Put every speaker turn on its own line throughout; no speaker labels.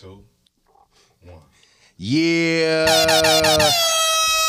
Two, one.
Yeah.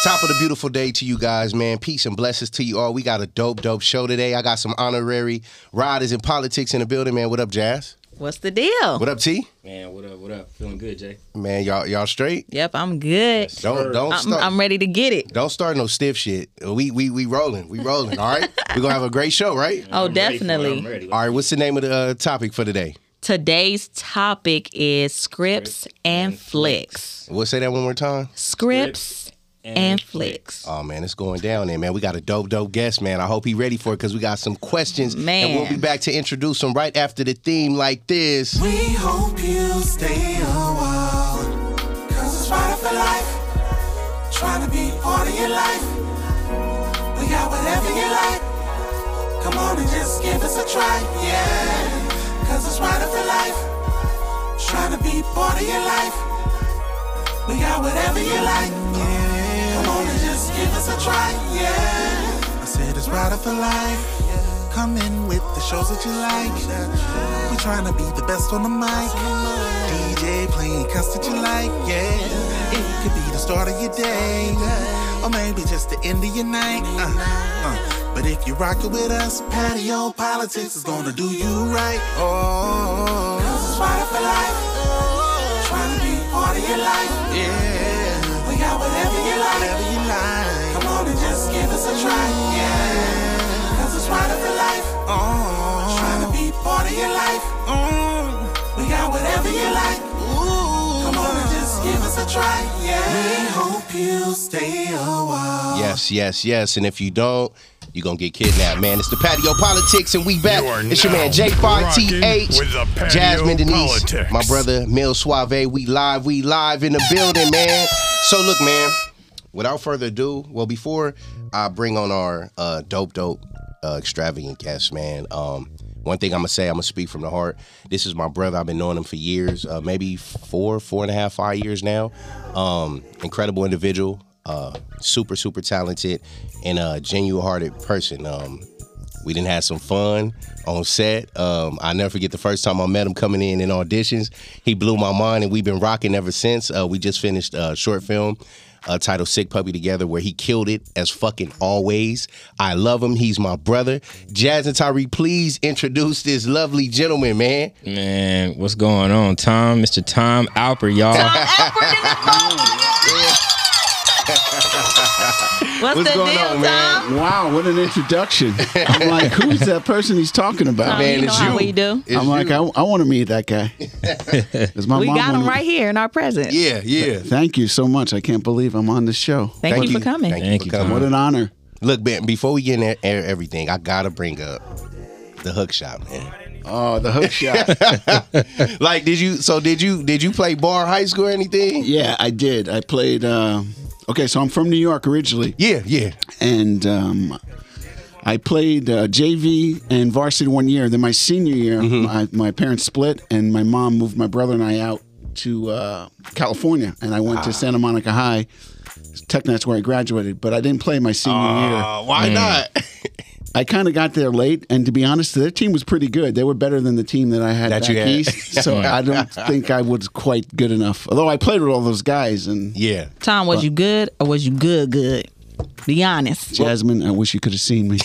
Top of the beautiful day to you guys, man. Peace and blessings to you all. We got a dope, dope show today. I got some honorary riders in politics in the building, man. What up, Jazz?
What's the deal?
What up, T?
Man, what up? What up? Feeling good, Jay.
Man, y'all, y'all straight?
Yep, I'm good.
Don't don't
I'm,
start.
I'm ready to get it.
don't start no stiff shit. We we we rolling. We rolling. All right. We're gonna have a great show, right?
Oh,
I'm ready for it. I'm
definitely.
ready.
All right. What's the name of the uh, topic for today?
Today's topic is scripts and flicks.
We'll say that one more time.
Scripts and flicks.
Oh man, it's going down there, man. We got a dope, dope guest, man. I hope he ready for it because we got some questions, and we'll be
Man.
back to introduce him right after the theme like this.
We hope you stay a while. Cause it's right for life. Trying to be part of your life. We got whatever you like. Come on and just give us a try. Yeah. Cause it's right for life. Trying to be part of your life. We got whatever you like. Come on and just give us a try. Yeah. I said it's right for life. Come in with the shows that you like. We tryna be the best on the mic. DJ playing cuts that you like, yeah. It could be the start of your day, or maybe just the end of your night. Uh, uh. But if you rock it with us, patio politics is gonna do you right. Oh, it's right for life. Tryna be part of your life. Yeah, we got whatever you like. Whatever you like. Come on and just give us a try. Yeah, cause it's right for life. Oh, trying to be part of your life. We got whatever you like. Come on and just give us a try. Yeah. We hope you stay a while.
Yes, yes, yes. And if you don't, you're gonna get kidnapped, man. It's the patio politics, and we back.
You are
It's your
now
man J
rocking with the
TH,
Patio
Jasmine Denise,
Politics.
my brother Mel Suave. We live, we live in the building, man. So look, man. Without further ado, well, before I bring on our uh, dope, dope, uh, extravagant guest, man. Um, one thing I'm gonna say, I'm gonna speak from the heart. This is my brother. I've been knowing him for years, uh, maybe four, four and a half, five years now. Um, incredible individual, uh, super, super talented, and a genuine-hearted person. Um, we didn't have some fun on set. Um, I never forget the first time I met him coming in in auditions. He blew my mind, and we've been rocking ever since. Uh, we just finished a short film uh, titled "Sick Puppy" together, where he killed it as fucking always. I love him. He's my brother. Jazz and Tyree, please introduce this lovely gentleman, man.
Man, what's going on, Tom? Mr. Tom Alper, y'all.
What's,
What's
the
going
deal,
on, man?
Tom?
Wow, what an introduction. I'm like, who's that person he's talking
Man,
about?
Man,
you know
it's
how
you.
we do.
It's
I'm like,
you.
I, I want to meet that guy. 'Cause my
We
mom
got
wanted
him
me-
right here in our presence.
yeah, yeah.
Thank you so much. I can't believe I'm on this show.
Thank, you, for coming.
Thank you,
What an honor.
Look, Ben, before we get in e- everything, I gotta bring up the hook shot, man.
Oh, the hook shot.
Like, did you? So did you? Did you play bar high school or anything?
yeah, I did. I played. Uh, okay, so I'm from New York originally,
Yeah, yeah.
and um, I played uh, JV and varsity one year. Then my senior year,
Mm-hmm.
my, my parents split, and my mom moved my brother and I out to uh, California, and I went
Ah.
to Santa Monica High. Tech that's where I graduated, but I didn't play my senior year.
Uh, why not?
I kind of got there late, and to be honest, their team was pretty good. They were better than the team that I had
That
back
you had.
east. So I don't think I was quite good enough. Although I played with all those guys and
yeah.
Tom, was you good or was you good? Good. Be honest.
Jasmine. I wish you could have seen me.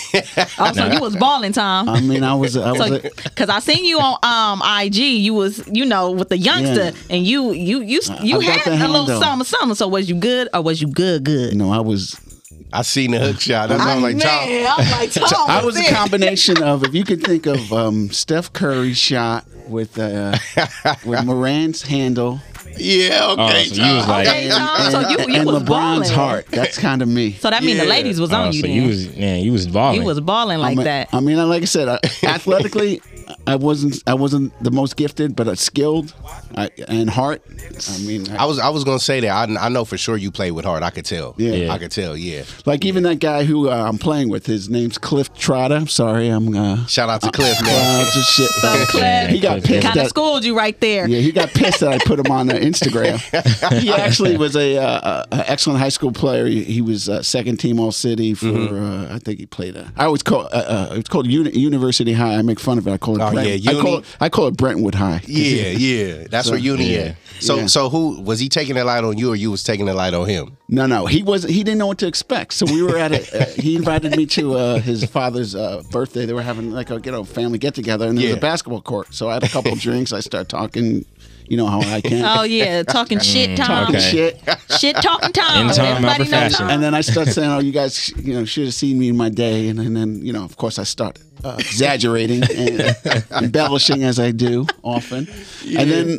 Also, you was balling, Tom.
I mean, I was. I was.
So,
a-
cause I seen you on um IG, you was you know with the youngster,
Yeah.
and you you you you
I got
had
the
a little
handle.
something something. So was you good or was you good good?
no, I was.
I seen the hook shot. That's why I'm like, Tom.
man, I'm like Tom.
I was a
it.
combination of. If you could think of um, Steph Curry's shot with uh, with Moran's handle
Yeah,
Oh,
okay.
so you was like,
Okay, Tom. Oh, So you you
and
was
LeBron's
balling.
heart. That's kind of me.
So that mean
Yeah.
the ladies was on
oh,
you
so
then.
you was man, you was balling.
You was balling like
I mean,
that.
I mean, I- like I said, I, athletically, I wasn't I wasn't the most gifted, but uh, skilled I, and heart. I mean, I,
I was I was gonna say that. I, I know for sure you played with heart. I could tell.
Yeah. Yeah.
I could tell. Yeah.
like even that guy who uh, I'm playing with, his name's Cliff Trotter. I'm sorry, I'm uh,
Shout out to Cliff, man.
uh, just shit.
Cliff.
he got pissed.
Kind of
That,
schooled you right there.
yeah, he got pissed that I put him on uh, Instagram. he actually was a, uh, a a excellent high school player. He, he was uh, second team All
Mm-hmm.
City for uh, I think he played. Uh, I always call uh, uh, it's called uni- University High. I make fun of it. I call call it.
Oh,
Brent-
yeah,
I call
uni-
it, I call it Brentwood High.
Yeah, yeah. That's where uni
yeah.
at. So
Yeah.
so who was he taking the light on you or you was taking the light on him?
No, no, he wasn't. He didn't know what to expect. So we were at a. Uh, he invited me to uh, his father's uh, birthday. They were having like a you know family get together, and there was
Yeah.
a basketball court. So I had a couple drinks. I start talking. You know how I can.
Oh yeah, talking shit, Tom.
Talking
Mm, Okay.
shit.
Shit talking Tom.
In time, out
Everybody
for
knows
fashion.
Tom.
And then I start saying, "Oh, you guys, you know, should have seen me in my day." And, and then, you know, of course, I start uh, exaggerating and embellishing as I do often. And then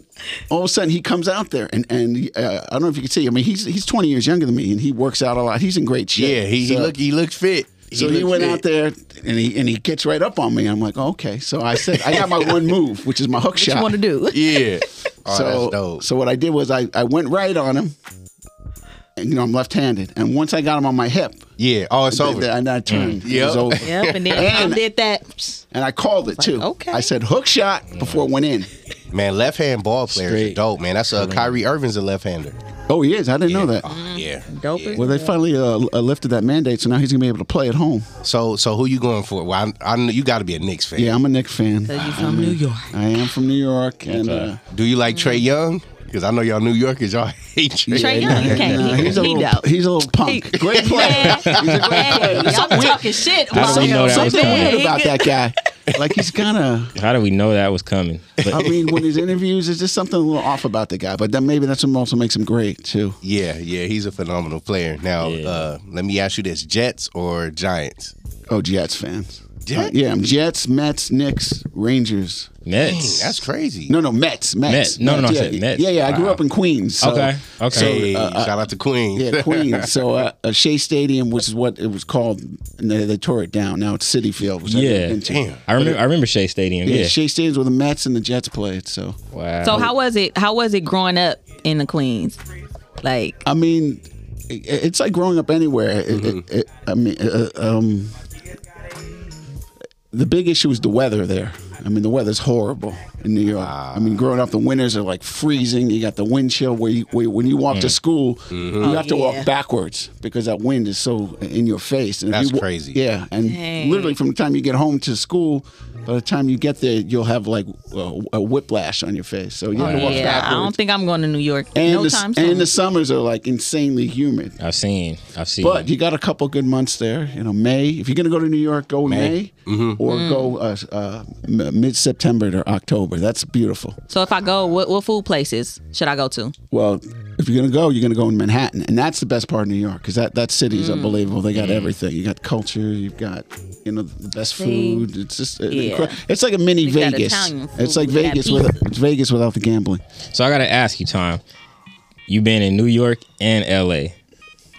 all of a sudden, he comes out there, and and uh, I don't know if you can see. I mean, he's he's 20 years younger than me, and he works out a lot. He's in great shape.
Yeah, he, he
So-
looked he looked fit.
so he
looked
went
fit.
out there and he and he gets right up on me. I'm like, oh, okay. So I said, I got my one move, which is my hook
what
shot.
you want to do?
Yeah. Oh,
so
that's dope.
so what I did was I, I went right on him. And, you know, I'm left-handed, and once I got him on my hip,
yeah. Oh, it's over.
th- and I turned, it was
Yep.
over.
Yep. And then Tom
And-
did that.
And I called it too.
okay.
I said hook shot before it went in.
Man, left hand ball players are
Straight.
dope, man. That's uh, Kyrie Irving's a left hander.
Oh, he is. I didn't know that.
Yeah.
Dope.
Well, they finally uh, l- uh, lifted that mandate, so now he's gonna be able to play at home.
So so who you going for? Well, I, I know you got to be a Knicks fan.
Yeah, I'm a Knicks fan.
you from New York.
I am from New York, and uh,
Do you like Trey Young? Because I know y'all New Yorkers, y'all hate Trey.
Trey
Young.
Young, you can't
nah,
he-
he's a
he
little,
dope.
he's a little punk. Great player.
Yeah. Hey, y'all talking shit.
How do we know that was
something
coming?
weird about that guy. Like he's kind of.
How do we know that was coming? But
I mean, with his interviews, there's just something a little off about the guy. But then maybe that's what also makes him great too.
Yeah, yeah, he's a phenomenal player. Now,
Yeah.
uh, let me ask you this: Jets or Giants?
Oh, Jets fans.
Jets?
Uh, yeah, I'm Jets, Mets, Knicks, Rangers.
Mets.
That's crazy.
No, no, Mets, Mets.
Mets. No, no, no, I
yeah,
said Mets.
Yeah, yeah. I grew
Wow.
up in Queens. so-
okay. Okay.
Hey, uh, shout out to Queen.
Yeah, Queens. So uh, uh, Shea Stadium, which is what it was called, and they, they tore it down. Now it's City Field. Which
Yeah.
I've been to.
Damn.
I remember. I remember Shea Stadium.
Yeah,
Yeah.
Shea Stadium's where the Mets and the Jets played. So
Wow.
So how was it? How was it growing up in the Queens? Like
I mean, i- it's like growing up anywhere. It- it-
Mm-hmm.
it- I mean, uh, um, the big issue is the weather there. I mean, the weather's horrible in New York. I
Ah.
mean, growing up, the winters are like freezing. You got the wind chill where, you, where when you
Mm.
walk to school,
Mm-hmm.
you have to
yeah.
walk backwards because that wind is so in your face. And if
That's
you wa-
crazy.
Yeah, and
Dang.
literally from the time you get home to school, by the time you get there, you'll have like a, a whiplash on your face. So you have to walk
yeah, I
backwards.
don't think I'm going to New York.
and
no
the,
time soon.
and the summers are like insanely humid.
I've seen. I've seen.
But you got a couple good months there. You know, May. If you're going to go to New York, go in May, or
Mm.
go uh, uh, mid September to October. That's beautiful.
so if I go, what, what food places should I go to?
Well, if you're going to go, you're going to go in Manhattan, and that's the best part of New York because that that city
Mm.
is unbelievable. They got everything. You got culture. You've got you know the best food. It's just uh,
Yeah.
incre- it's like a mini
We got
Vegas.
Italian food.
It's like
We got
Vegas
pizza.
with it's Vegas without the gambling.
so I gotta ask you, Tom. You've been in New York and L.A.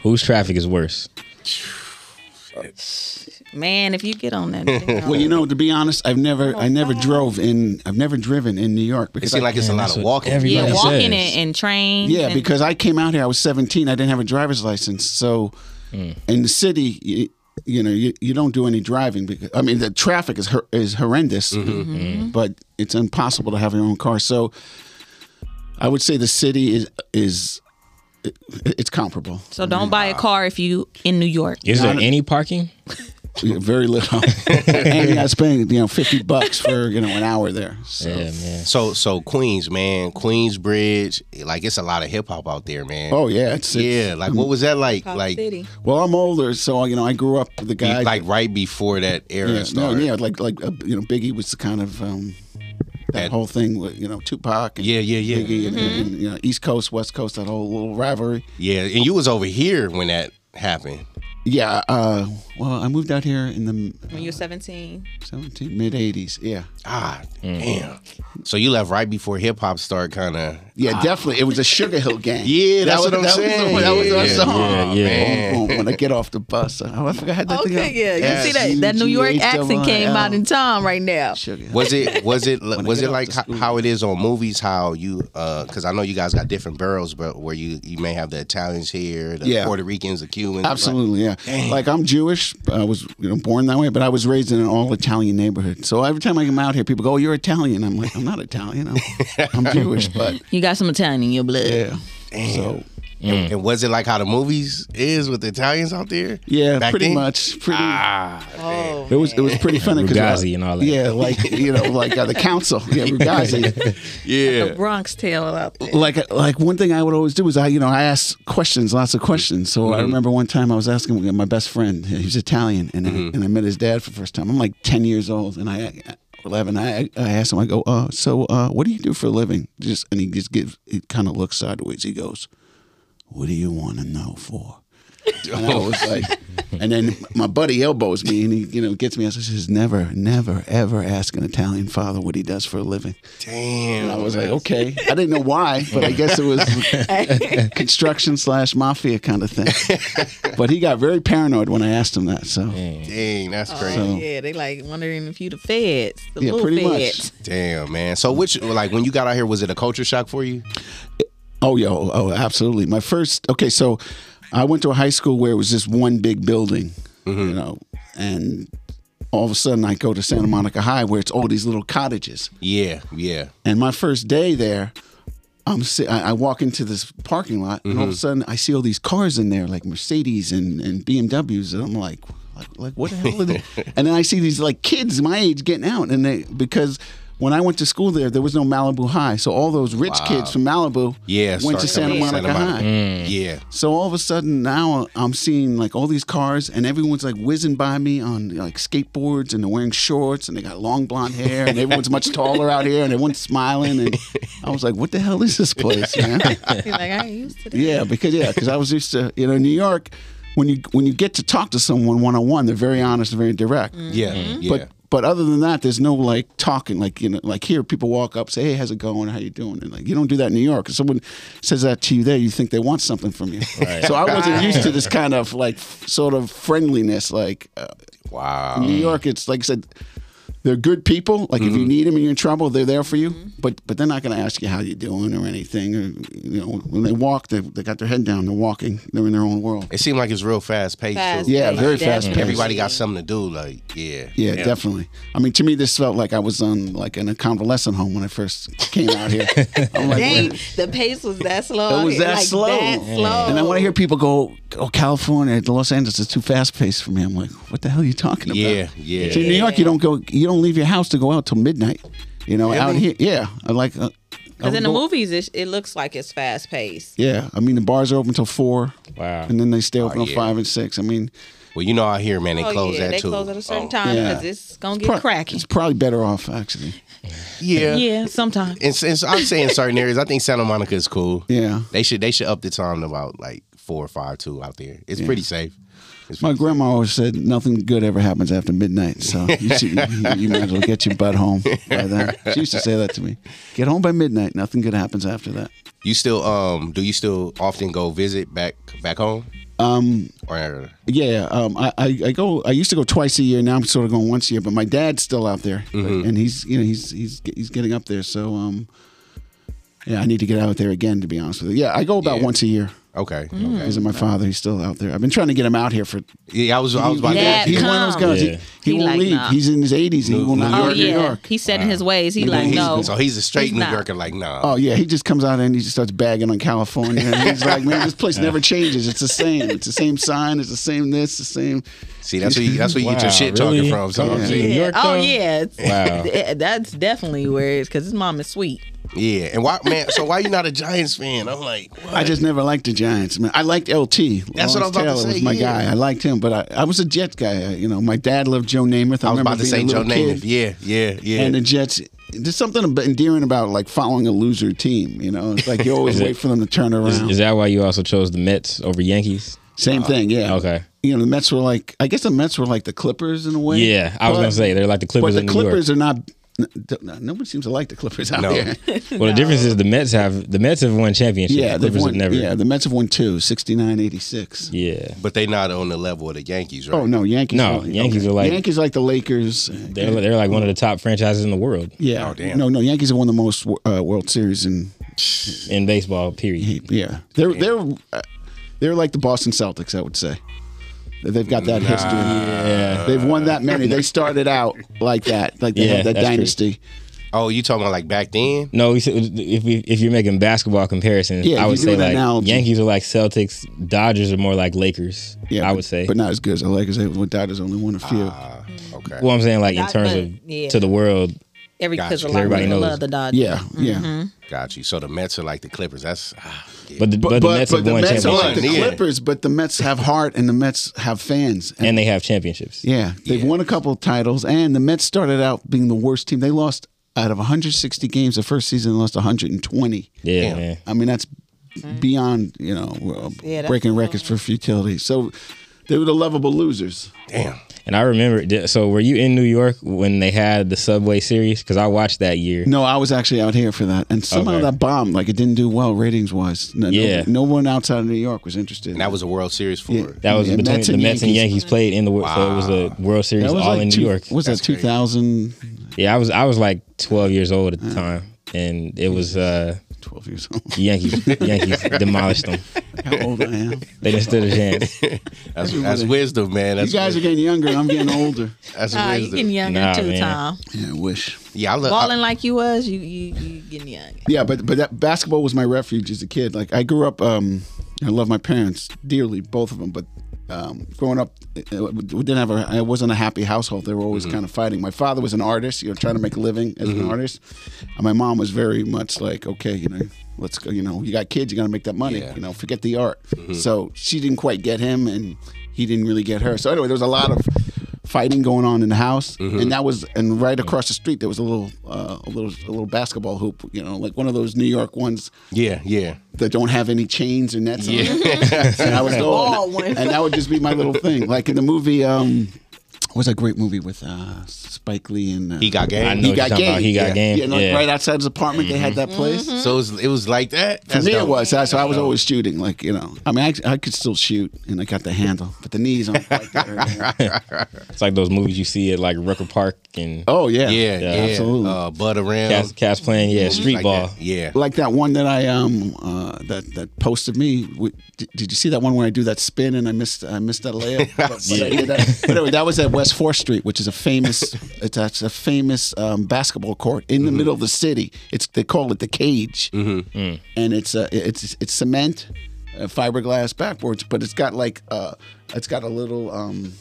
Whose traffic is worse?
Man, if you get on that,
Well,
Oh.
you know, to be honest, I've never I never drove in I've never driven in New York
It
because
seems
I-
like it's a lot of
what
walking.
every-
yeah,
Everybody
walking and,
says.
and trains.
Yeah,
and-
because I came out here, I was 17. I didn't have a driver's license. So
Mm.
in the city, you, you know, you, you don't do any driving because I mean the traffic is hor- is horrendous,
Mm-hmm.
but it's impossible to have your own car. So I would say the city is is it, it's comparable.
so don't buy a car if you in New York.
Is there any parking?
Yeah, Very little, and you got to spend you know 50 bucks for you know an hour there. So.
Yeah, man.
So so Queens, man, Queensbridge, like it's a lot of hip hop out there, man.
Oh yeah, it's, it's
yeah, like what was that like? Like
Well, I'm older, so you know I grew up with the
be-
guy
like right before that era
Yeah, no,
started.
yeah, like like uh, you know, Biggie was the kind of um, that
And-
whole thing with you know Tupac and
Yeah, Mm-hmm. yeah, yeah.
Biggie and, and, you know East Coast West Coast that whole little rivalry.
Yeah, and you was over here when that happened.
Yeah, uh, well, I moved out here in the
When you're 17,
17 mid 80s. Yeah,
Ah, damn. So you left right before hip hop started, kind of.
yeah, definitely. It was a Sugar Hill gang.
Ah. Yeah, that's what I'm
that
saying.
Was, that was our
Yeah,
song.
yeah, yeah.
Man.
Boom, boom, When I get off the bus, I, oh, I forgot I had that thing. up.
yeah, you see that that New York accent came out in time right now.
Sugar. Hill.
Was it was it was
get
it
off
like
the
ho- how it is on movies? How you because I know you guys got different boroughs, but where you you may have the Italians here, the
Yeah.
Puerto Ricans, the Cubans.
Absolutely, yeah. Like I'm Jewish. I was you know born that way, but I was raised in an all Italian neighborhood. So every time I come out here, people go, "Oh, you're Italian." I'm like, "I'm not Italian. I'm, I'm Jewish." But
You got some Italian in your blood.
yeah, so
And, and was it like how the movies is with the Italians out there?
Yeah,
Back
pretty
then? Ah.
much. Pretty.
Oh,
It was it was pretty funny 'cause, uh,
Bugatti and all that.
Yeah, like you know, like uh, the council. Yeah, Bughazi.
Yeah.
Bronx tale out there.
like like one thing I would always do is I you know I asked questions, lots of questions. So I remember one time I was asking my best friend, he's Italian, and I, and I met his dad for the first time. I'm like ten years old, and I. Eleven. I I asked him. I go. Uh. So. Uh. What do you do for a living? Just and he just gives. He kind of looks sideways. He goes, "What do you want to know for?" And I was like, and then my buddy elbows me and he, you know, gets me. I says, "Never, never, ever ask an Italian father what he does for a living."
Damn.
I was like, okay. I didn't know why, but I guess it was construction slash mafia kind of thing. But he got very paranoid when I asked him that. So,
Dang, that's crazy.
Oh, yeah, they like wondering if you the feds, the
Yeah,
little
pretty much.
feds.
Damn, man. So which like when you got out here, was it a culture shock for you?
oh, yo, oh, absolutely. My first, okay, so I went to a high school where it was just one big building, you know, and all of a sudden I go to Santa Monica High where it's all these little cottages.
Yeah, yeah.
And my first day there, I'm si- I I walk into this parking lot, and all of a sudden I see all these cars in there, like Mercedes and, and BMWs, and I'm like, like, like what the hell? Are they? and then I see these like kids my age getting out, and they because when I went to school there, there was no Malibu High, so all those rich kids from Malibu
Yeah,
went
start
to Santa
coming to
Monica,
Santa
High.
Monica. Yeah.
So all of a sudden now I'm seeing like all these cars and everyone's like whizzing by me on like skateboards and they're wearing shorts and they got long blonde hair and everyone's much taller out here and everyone's smiling and I was like, what the hell is this place, man?
He's like, I ain't used to that.
yeah, because yeah, because I was used to you know New York when you when you get to talk to someone one on one, they're very honest and very direct.
Yeah. Yeah.
But but other than that, there's no like talking. Like you know, like here, people walk up, say, "Hey, how's it going? How you doing?" And like you don't do that in New York. If someone says that to you there, you think they want something from you. So I wasn't used to this kind of like f- sort of friendliness. Like uh,
wow.
in New York, it's like I said, they're good people. Like if you need them and you're in trouble, they're there for you. But but they're not going to ask you how you're doing or anything. Or you know, when they walk, they they got their head down. They're walking. They're in their own world.
It seemed like it's real fast paced.
Fast
too.
Yeah,
paced,
very fast
definitely.
paced.
Everybody got something to do. Like, yeah.
Yeah, definitely. I mean, to me, this felt like I was on like in a convalescent home when I first came out here. I'm like,
Dang,
"Wait,
the pace was that slow.
it was
out here,
that
like,
slow.
That slow.
And then when I hear people go, "Oh, California, Los Angeles is too fast paced for me," I'm like, "What the hell are you talking about?"
Yeah,
See, in
yeah.
New York, you don't go, you don't leave your house to go out till midnight. You know, out here, yeah, I like. Because
because in the movies, it, it looks like it's fast paced.
Yeah, I mean the bars are open till four.
Wow.
And then they stay open till
yeah.
five and six. I mean,
Well, you know out here, man, they
Oh
close
yeah,
that
they
too.
close at a certain
Oh,
time
Yeah.
because it's gonna
pro-
get cracking.
It's probably better off actually.
Yeah.
Yeah, sometimes.
And since I'm saying certain areas, I think Santa Monica is cool.
Yeah.
They should they should up the time to about like four or five two out there. It's pretty safe. It's
My grandma always said nothing good ever happens after midnight, so you, should, you, you might as well get your butt home by then. She used to say that to me: "Get home by midnight. Nothing good happens after that."
You still um do you still often go visit back back home?
Um,
Or
yeah, um, I, I, I go. I used to go twice a year. Now I'm sort of going once a year, but my dad's still out there, and he's you know he's he's he's getting up there. So um, yeah, I need to get out there again. To be honest with you, yeah, I go about
Yeah.
once a year.
okay.
Because
Okay.
of my father, he's still out there. I've been trying to get him out here for.
Yeah, I was I was about to
Dad,
ask you.
he's one of those
come.
guys.
Yeah.
He, he,
He
won't
like,
leave.
nah.
He's in his 80s. and he will not
New
go
Oh
to
York,
New
yeah,
York.
he's set in his ways. He like
He's-
no.
So he's a straight
He's
New
not.
Yorker, like nah.
Oh yeah, he just comes out and he just starts bagging on California. And he's like, man, this place never changes. It's the same. It's the same sign. It's the same this. The same.
See, that's where you that's where you get your
Wow,
shit
really?
talking from. So
Come on,
yeah.
New York,
oh
though?
yeah,
Wow.
Th- that's definitely where it's because his mom is sweet.
And why man, so why you not a Giants fan? I'm like, what?
I just never liked the Giants, man. I liked LT.
That's what I was about to
Taylor
say,
was my
yeah.
guy. I liked him, but I, I was a Jet guy. I- You know, my dad loved Joe Namath. I,
I was
remember
about to
being
say
a
Joe
little
Namath.
kid.
Yeah, yeah, yeah.
and the Jets. There's something ab- endearing about like following a loser team. You know, it's like you always wait for them to turn around.
Is, is that why you also chose the Mets over Yankees?
uh,
Same thing, yeah.
okay.
You know, the Mets were like, I guess the Mets were like the Clippers in a way.
Yeah, I was
But-
gonna say they're like the
But
Clippers
the
in New
Clippers
York.
are not. No, no one seems to like the Clippers out
No.
there.
Well, the difference is the Mets have the Mets have won championships.
Yeah,
the
they've
Clippers
won.
have never.
Yeah, the Mets have won two, 69, 86.
yeah.
but they not on the level of the Yankees, right?
Oh no, Yankees.
No,
are-
Yankees are like-
Yankees like the Lakers.
They're, they're like one of the top franchises in the world
yeah.
Oh, damn.
No, no, Yankees have won the most uh, World Series in
in baseball. Period.
yeah. They're they're uh, they're like the Boston Celtics, I would say. They've got that history. Yeah. They've won that many. They started out like that, like they
Yeah,
had that
that's true.
dynasty.
Oh, you talking about like back then?
No, we said- if we, if you're making basketball comparisons,
Yeah, if
I
you're
would say
doing
like
an analogy.
Yankees are like Celtics, Dodgers are more like Lakers. I
but-
would say.
but not as good as the Lakers. They with Dodgers only won a few.
Ah. Okay.
well, I'm saying like in
Not-
terms
but-
of
yeah.
to the world,
Every
Gotcha.
because a
'Cause
lot of
everybody
people
knows.
love the Dodgers.
yeah, yeah.
Mm-hmm. Got you. So the Mets are like the Clippers. That's ah, yeah.
but the, but, the Nets have won
Mets
championships
are like the
championships. Yeah.
Clippers, but the Mets have heart and the Mets have fans. And,
and they have championships.
yeah, they've won a couple of titles. And the Mets started out being the worst team. They lost out of 160 games the first season, they lost 120.
Yeah,
Damn.
man.
I mean, that's beyond you know uh,
Yeah, that's-
breaking records for futility. So they were the lovable losers.
damn.
And I remember. th- So were you in New York when they had the Subway Series? Because I watched that year.
No, I was actually out here for that, and somehow
Okay.
that bombed. Like it didn't do well ratings wise. No, no-
Yeah.
no, one outside of New York was interested.
And that was a World Series for
Yeah.
That was
Yeah,
between
Mets
the
and
Mets and
Yankees.
Yankees played in the world. So it was a World Series
That was
all
like
in
two,
New York.
Was that
That's crazy.
2000?
Yeah, I was I was like 12 years old at the time, and it was uh,
12 years old.
Yankees. Yankees demolished them.
How old I am.
They didn't stood a chance.
That's, that's wisdom, man. That's
You guys are
wisdom.
getting younger. I'm getting older.
that's
Nah, you
wisdom.
getting younger
Nah,
too,
man.
Tom.
Yeah, I wish.
yeah, I love. I-
Balling like you was, you you you getting young.
Yeah, but but that basketball was my refuge as a kid. Like I grew up. Um, I love my parents dearly, both of them. But um, growing up, uh, we didn't have a. I wasn't a happy household. They were always kind of fighting. My father was an artist, you know, trying to make a living as an artist. And my mom was very much like, okay, you know, let's go. You know, you got kids, you got to make that money.
Yeah.
You know, forget the art. So she didn't quite get him, and he didn't really get her. So anyway, there was a lot of fighting going on in the house,
Mm-hmm.
and that was and right across the street there was a little uh, a little a little basketball hoop, you know, like one of those New York ones
yeah, yeah.
that don't have any chains or nets. Yeah, on it. and I was
Ball
going,
one.
and that would just be my little thing, like in the movie. Um, what was a great movie with uh, Spike Lee and uh,
He got game.
I know
He
what
Got
you're talking about. He got
Yeah.
game.
yeah,
Yeah, Mm-hmm.
like right outside his apartment they had that place.
So it was, it was like that.
For
That's
me, it
dope.
was. That's why I was
dope.
always shooting. Like you know, I mean, I, I could still shoot, and I got the handle, but the knees aren't quite there.
It's like those movies you see at like Rucker Park and
Oh yeah,
Yeah, yeah.
Yeah,
absolutely.
Uh, Bud around.
Cats, Cats playing. Yeah,
movies
street
like
ball.
that. Yeah.
like that one that I um uh, that that posted me. W- Did, did you see that one where I do that spin and I missed I missed that layup? But- but I did that. But anyway, that was at West Fourth Street, which is a famous it's that's a famous um, basketball court in the middle of the city. It's they call it the cage, and it's uh, it's it's cement, uh, fiberglass backboards, but it's got like uh it's got a little um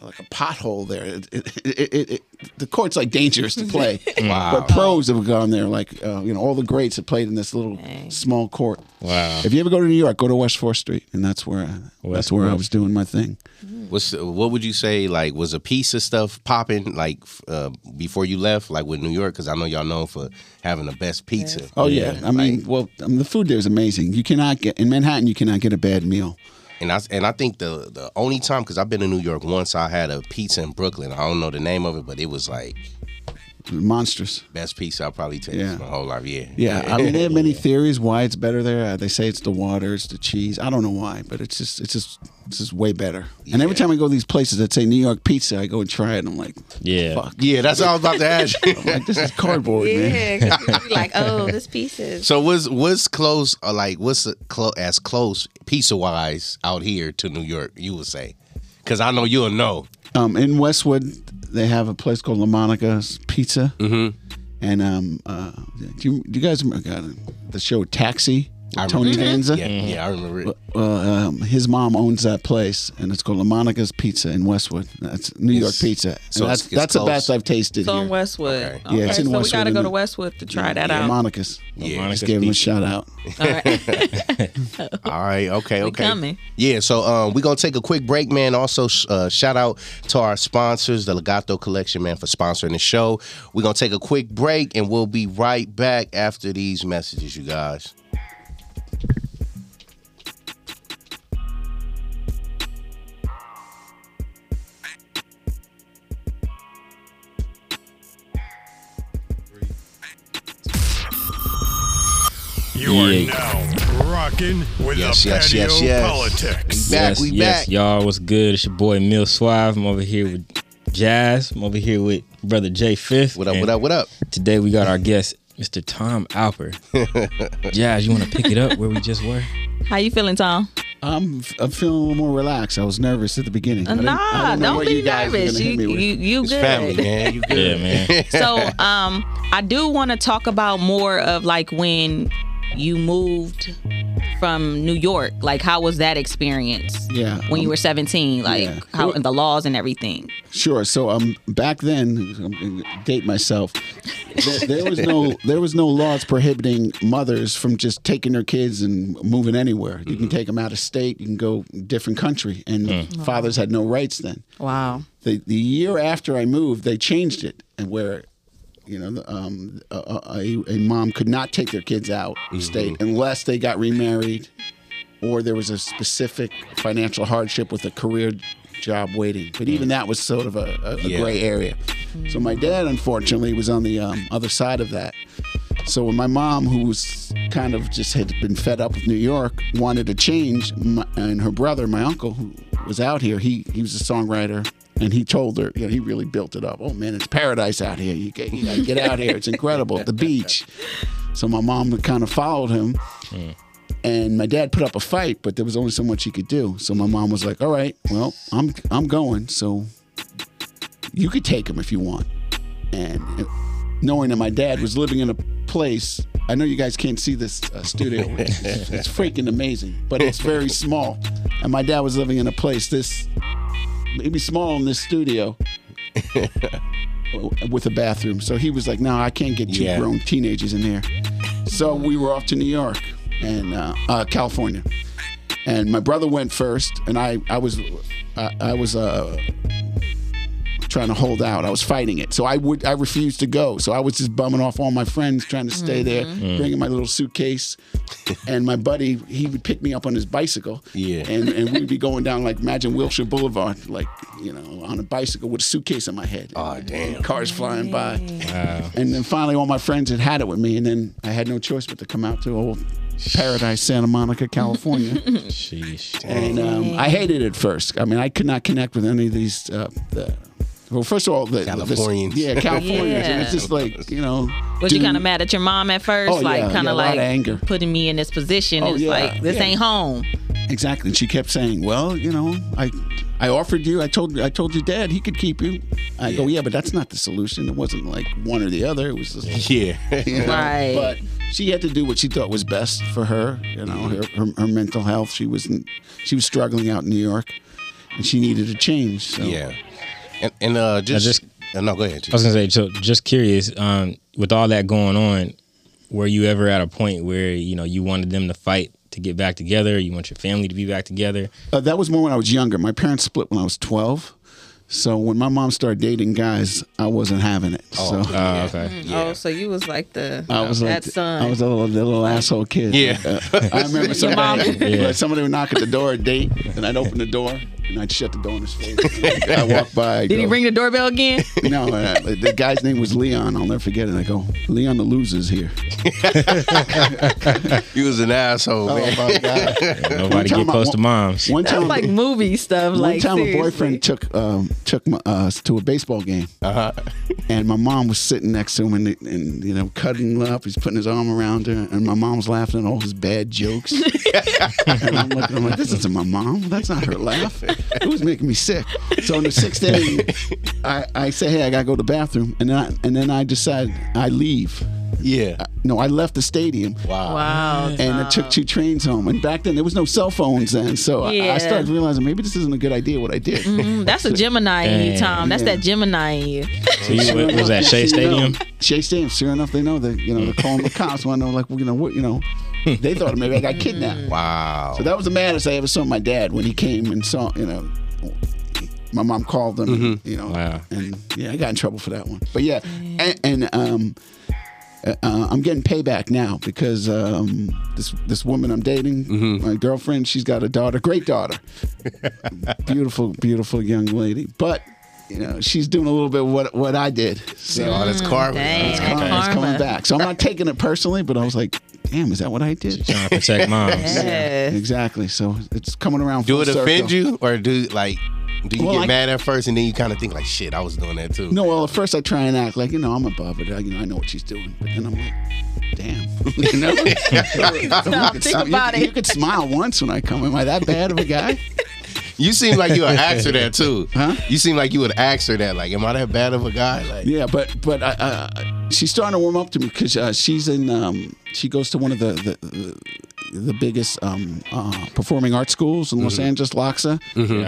like a pothole there. It, it, it, it, it, the court's like dangerous to play. But pros have gone there, like uh, you know, all the greats have played in this little small court.
Wow.
If you ever go to New York, go to West Fourth Street, and that's where I, that's where I was doing my thing.
What's what would you say like was a piece of stuff popping like f- uh, before you left like with New York because I know y'all known for having the best pizza.
Oh yeah, I mean, well, I mean, the food there is amazing. You cannot get in Manhattan, you cannot get a bad meal.
And I and I think the the only time because I've been to New York once I had a pizza in Brooklyn. I don't know the name of it, but it was like
Monstrous.
best pizza I'll probably taste
Yeah.
my whole life. Yeah,
Yeah, I mean, they have eh, many theories why it's better there. Uh, They say it's the water, it's the cheese. I don't know why, but it's just, it's just, it's just way better. And every time I go to these places that say New York pizza, I go and try it. and I'm like,
Yeah.
fuck,
yeah. That's all I was about to ask. you.
like this is cardboard, man.
Yeah, 'cause you like oh, this piece is.
so what's what's close or like what's close as close pizza wise out here to New York? You would say because I know you'll know.
Um, in Westwood, they have a place called La Monica's Pizza. Mm-hmm. And um, uh, do you, do you guys remember God, the show Taxi? with
I
Tony
remember that.
Danza.
Yeah, yeah, I remember it.
Well, um, his mom owns that place, and it's called La Monica's Pizza in Westwood. That's New York
It's-
pizza.
so
So
it's-
that's
it's
that's the
close.
best I've tasted
So in
here.
Westwood.
Okay.
Okay.
Yeah, it's in
so we
Westwood,
gotta go to
isn't it?
Westwood to try that
La
out.
Monica's.
Yeah.
Monica's
Just gave him a
Pizza.
shout out.
All right.
All right, okay,
We
okay.
coming.
Yeah, so um, we're gonna take a quick break, man. Also, sh- uh, shout out to our sponsors, the Legato Collection, man, for sponsoring the show. We're gonna take a quick break, and we'll be right back after these messages, you guys.
You
Yeah.
are now rocking with
Yes,
the
yes,
patio
yes, yes.
politics.
Back,
yes,
we
yes,
back.
y'all. What's good? It's your boy Mill Suave. I'm over here with Jazz. I'm over here with brother Jay Fifth.
What up?
And
What up? What up?
Today we got our guest, Mr. Tom Alper. Jazz, you want to pick it up where we just were?
How you feeling, Tom?
I'm f- I'm feeling a little more relaxed. I was nervous at the beginning. I didn't- I
Nah,
didn't know
don't
what
be
you guys were
nervous.
gonna
You,
hit me with.
you, you
It's
good.
family, man. You good?
Yeah, man.
so um I do want to talk about more of like when you moved from New York. Like how was that experience?
Yeah,
When you
um,
were 17, like
yeah.
how and the laws and everything.
Sure. So um, back then, I'm gonna date myself. There, there was no there was no laws prohibiting mothers from just taking their kids and moving anywhere. You can take them out of state. You can go different country, and fathers had no rights then.
Wow.
The the year after I moved, they changed it, and where. You know, um, a, a, a mom could not take their kids out of state unless they got remarried or there was a specific financial hardship with a career job waiting. But even that was sort of a, a, a
Yeah.
gray area. So my dad, unfortunately, was on the um, other side of that. So when my mom, who was kind of just had been fed up with New York, wanted a change, my, and her brother, my uncle, who was out here, he he was a songwriter, and he told her, you know, he really built it up. Oh man, it's paradise out here. You, get, you gotta get out here. It's incredible. The beach. So my mom kind of followed him and my dad put up a fight, but there was only so much he could do. So my mom was like, "All right, well, I'm I'm going. So you could take him if you want." And it- knowing that my dad was living in a place, I know you guys can't see this uh, studio. it's, it's freaking amazing, but it's very small. And my dad was living in a place this maybe small in this studio. with a bathroom. So he was like, "No, I can't get two
Yeah.
grown teenagers in here." So we were off to New York and uh, uh, California, and my brother went first, and I I was I, I was uh, trying to hold out. I was fighting it, so I would I refused to go. So I was just bumming off all my friends, trying to stay
Mm-hmm. Mm.
there, bringing my little suitcase, and my buddy he would pick me up on his bicycle,
Yeah.
and and we'd be going down like imagine Wilshire Boulevard, like you know on a bicycle with a suitcase on my head.
Aw, damn.
Cars flying by. And then finally, all my friends had had it with me, and then I had no choice but to come out to old Paradise, Santa Monica, California.
Sheesh.
and um, I hated it first. I mean, I could not connect with any of these. Uh, the, well, first of all, the, the- this-
Californians.
yeah, Californians. And it's
Yeah.
just like you know.
Was you
dude,
kind of mad at your mom at first?
Oh,
like
yeah,
kind
yeah, a
of
lot
like
of anger.
putting me in this position.
Oh,
it's
yeah,
like this
yeah.
ain't home.
Exactly. And she kept saying, "Well, you know, I, I offered you. I told, I told your dad he could keep you." I go, "Yeah, but that's not the solution. It wasn't like one or the other. It was just
Yeah.
you know?
Right.
But she had to do what she thought was best for her. You know, her, her, her mental health. She wasn't. She was struggling out in New York, and she needed a change. So.
yeah. And, and uh, just,
just-
uh, no, go ahead.
I was gonna say, so just curious. Um, with all that going on, were you ever at a point where you know you wanted them to fight to get back together? You want your family to be back together?
Uh, that was more when I was younger. My parents split when I was twelve. So when my mom started dating guys, I wasn't having it.
Oh,
so.
Oh, okay.
Oh, so you was like the
I was like,
that son.
I was a little, little asshole kid.
Yeah.
Uh, I remember somebody,
mom. Yeah.
like, somebody would knock at the door, a date, and I'd open the door and I'd shut the door in his face. I walk by.
Did he ring the doorbell again?
No, uh, the guy's name was Leon. I'll never forget it. I go, Leon the loser's here.
You was an asshole, man.
Oh.
my God.
Nobody
time
get
I
close
wa-
to moms.
One time,
That's like movie stuff.
one
like
time
seriously.
a boyfriend took um, took my, us to a baseball game,
Uh-huh.
and my mom was sitting next to him and, and you know cuddling up. He's putting his arm around her, and my mom's laughing at all his bad jokes. and I'm looking, I'm like, this isn't my mom. That's not her laugh. It was making me sick. So on the sixth day, I, I say, hey, I gotta go to the bathroom, and then I, and then I decide I leave.
Yeah.
No, I left the stadium.
Wow.
and I took two trains home. And back then, there was no cell phones then, so I- I,
Yeah.
started realizing maybe this isn't a good idea. What I did.
Mm, That's a Gemini in you,
Dang.
Tom. That's
Yeah.
that Gemini in you.
So you,
Sure
what was that
enough,
Shea
sure
Stadium?
enough- Shea Stadium. Sure enough, they know that you know they're calling the cops. Want to know like well, you know what you know? They thought maybe I got kidnapped.
Wow.
So that was the maddest I ever saw my dad when he came and saw you know. My mom called them, you know,
Wow.
and yeah, I got in trouble for that one. But yeah, and, and um, uh, I'm getting payback now because um, this this woman I'm dating, my girlfriend, she's got a daughter, great daughter, beautiful, beautiful young lady. But you know, she's doing a little bit what what I did. So
Oh, that's karma.
Dang,
That's
that
karma.
it's coming
karma.
back. So I'm not taking it personally, but I was like, damn, is that what I did?
Trying to protect moms.
Yeah.
Exactly. So it's coming around.
Do
full
it offend
circle.
you, or do like, do you
Well,
get
I-
mad at first, and then you kind of think like, shit, I was doing that too.
No, well, at first I try and act like you know I'm above it. I, you know I know what she's doing, but then I'm like, damn. You know?
Stop,
You
think
could-
about
You
it.
could smile once when I come. Am I that bad of a guy?
You seem like you would ask her that too.
Huh?
You seem like you would ask her that. Like, am I that bad of a guy? Like,
Yeah, but but I, uh, she's starting to warm up to me because uh, she's in. Um, she goes to one of the the, the, the biggest um, uh, performing arts schools in Los Angeles, LOXA,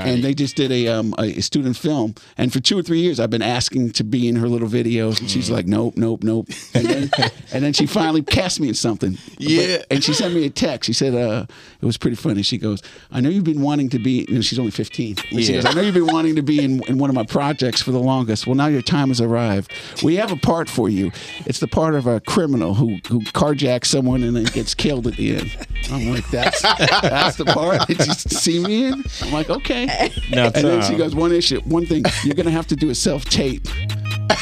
and they just did a, um, a student film. And for two or three years, I've been asking to be in her little videos, and she's like, nope, nope, nope. And then and then she finally cast me in something.
Yeah.
But- and she sent me a text. She said, uh, it was pretty funny. She goes, I know you've been wanting to be, and she's only 15. And she
Yeah.
goes, I know you've been wanting to be in, in one of my projects for the longest. Well, now your time has arrived. We have a part for you. It's the part of a criminal who, who carjacks someone and then gets killed at the end. I'm like, that's, that's the part that you see me in? I'm like, okay.
Now,
and then she
Tom.
goes, one issue, one thing, you're going to have to do a self tape.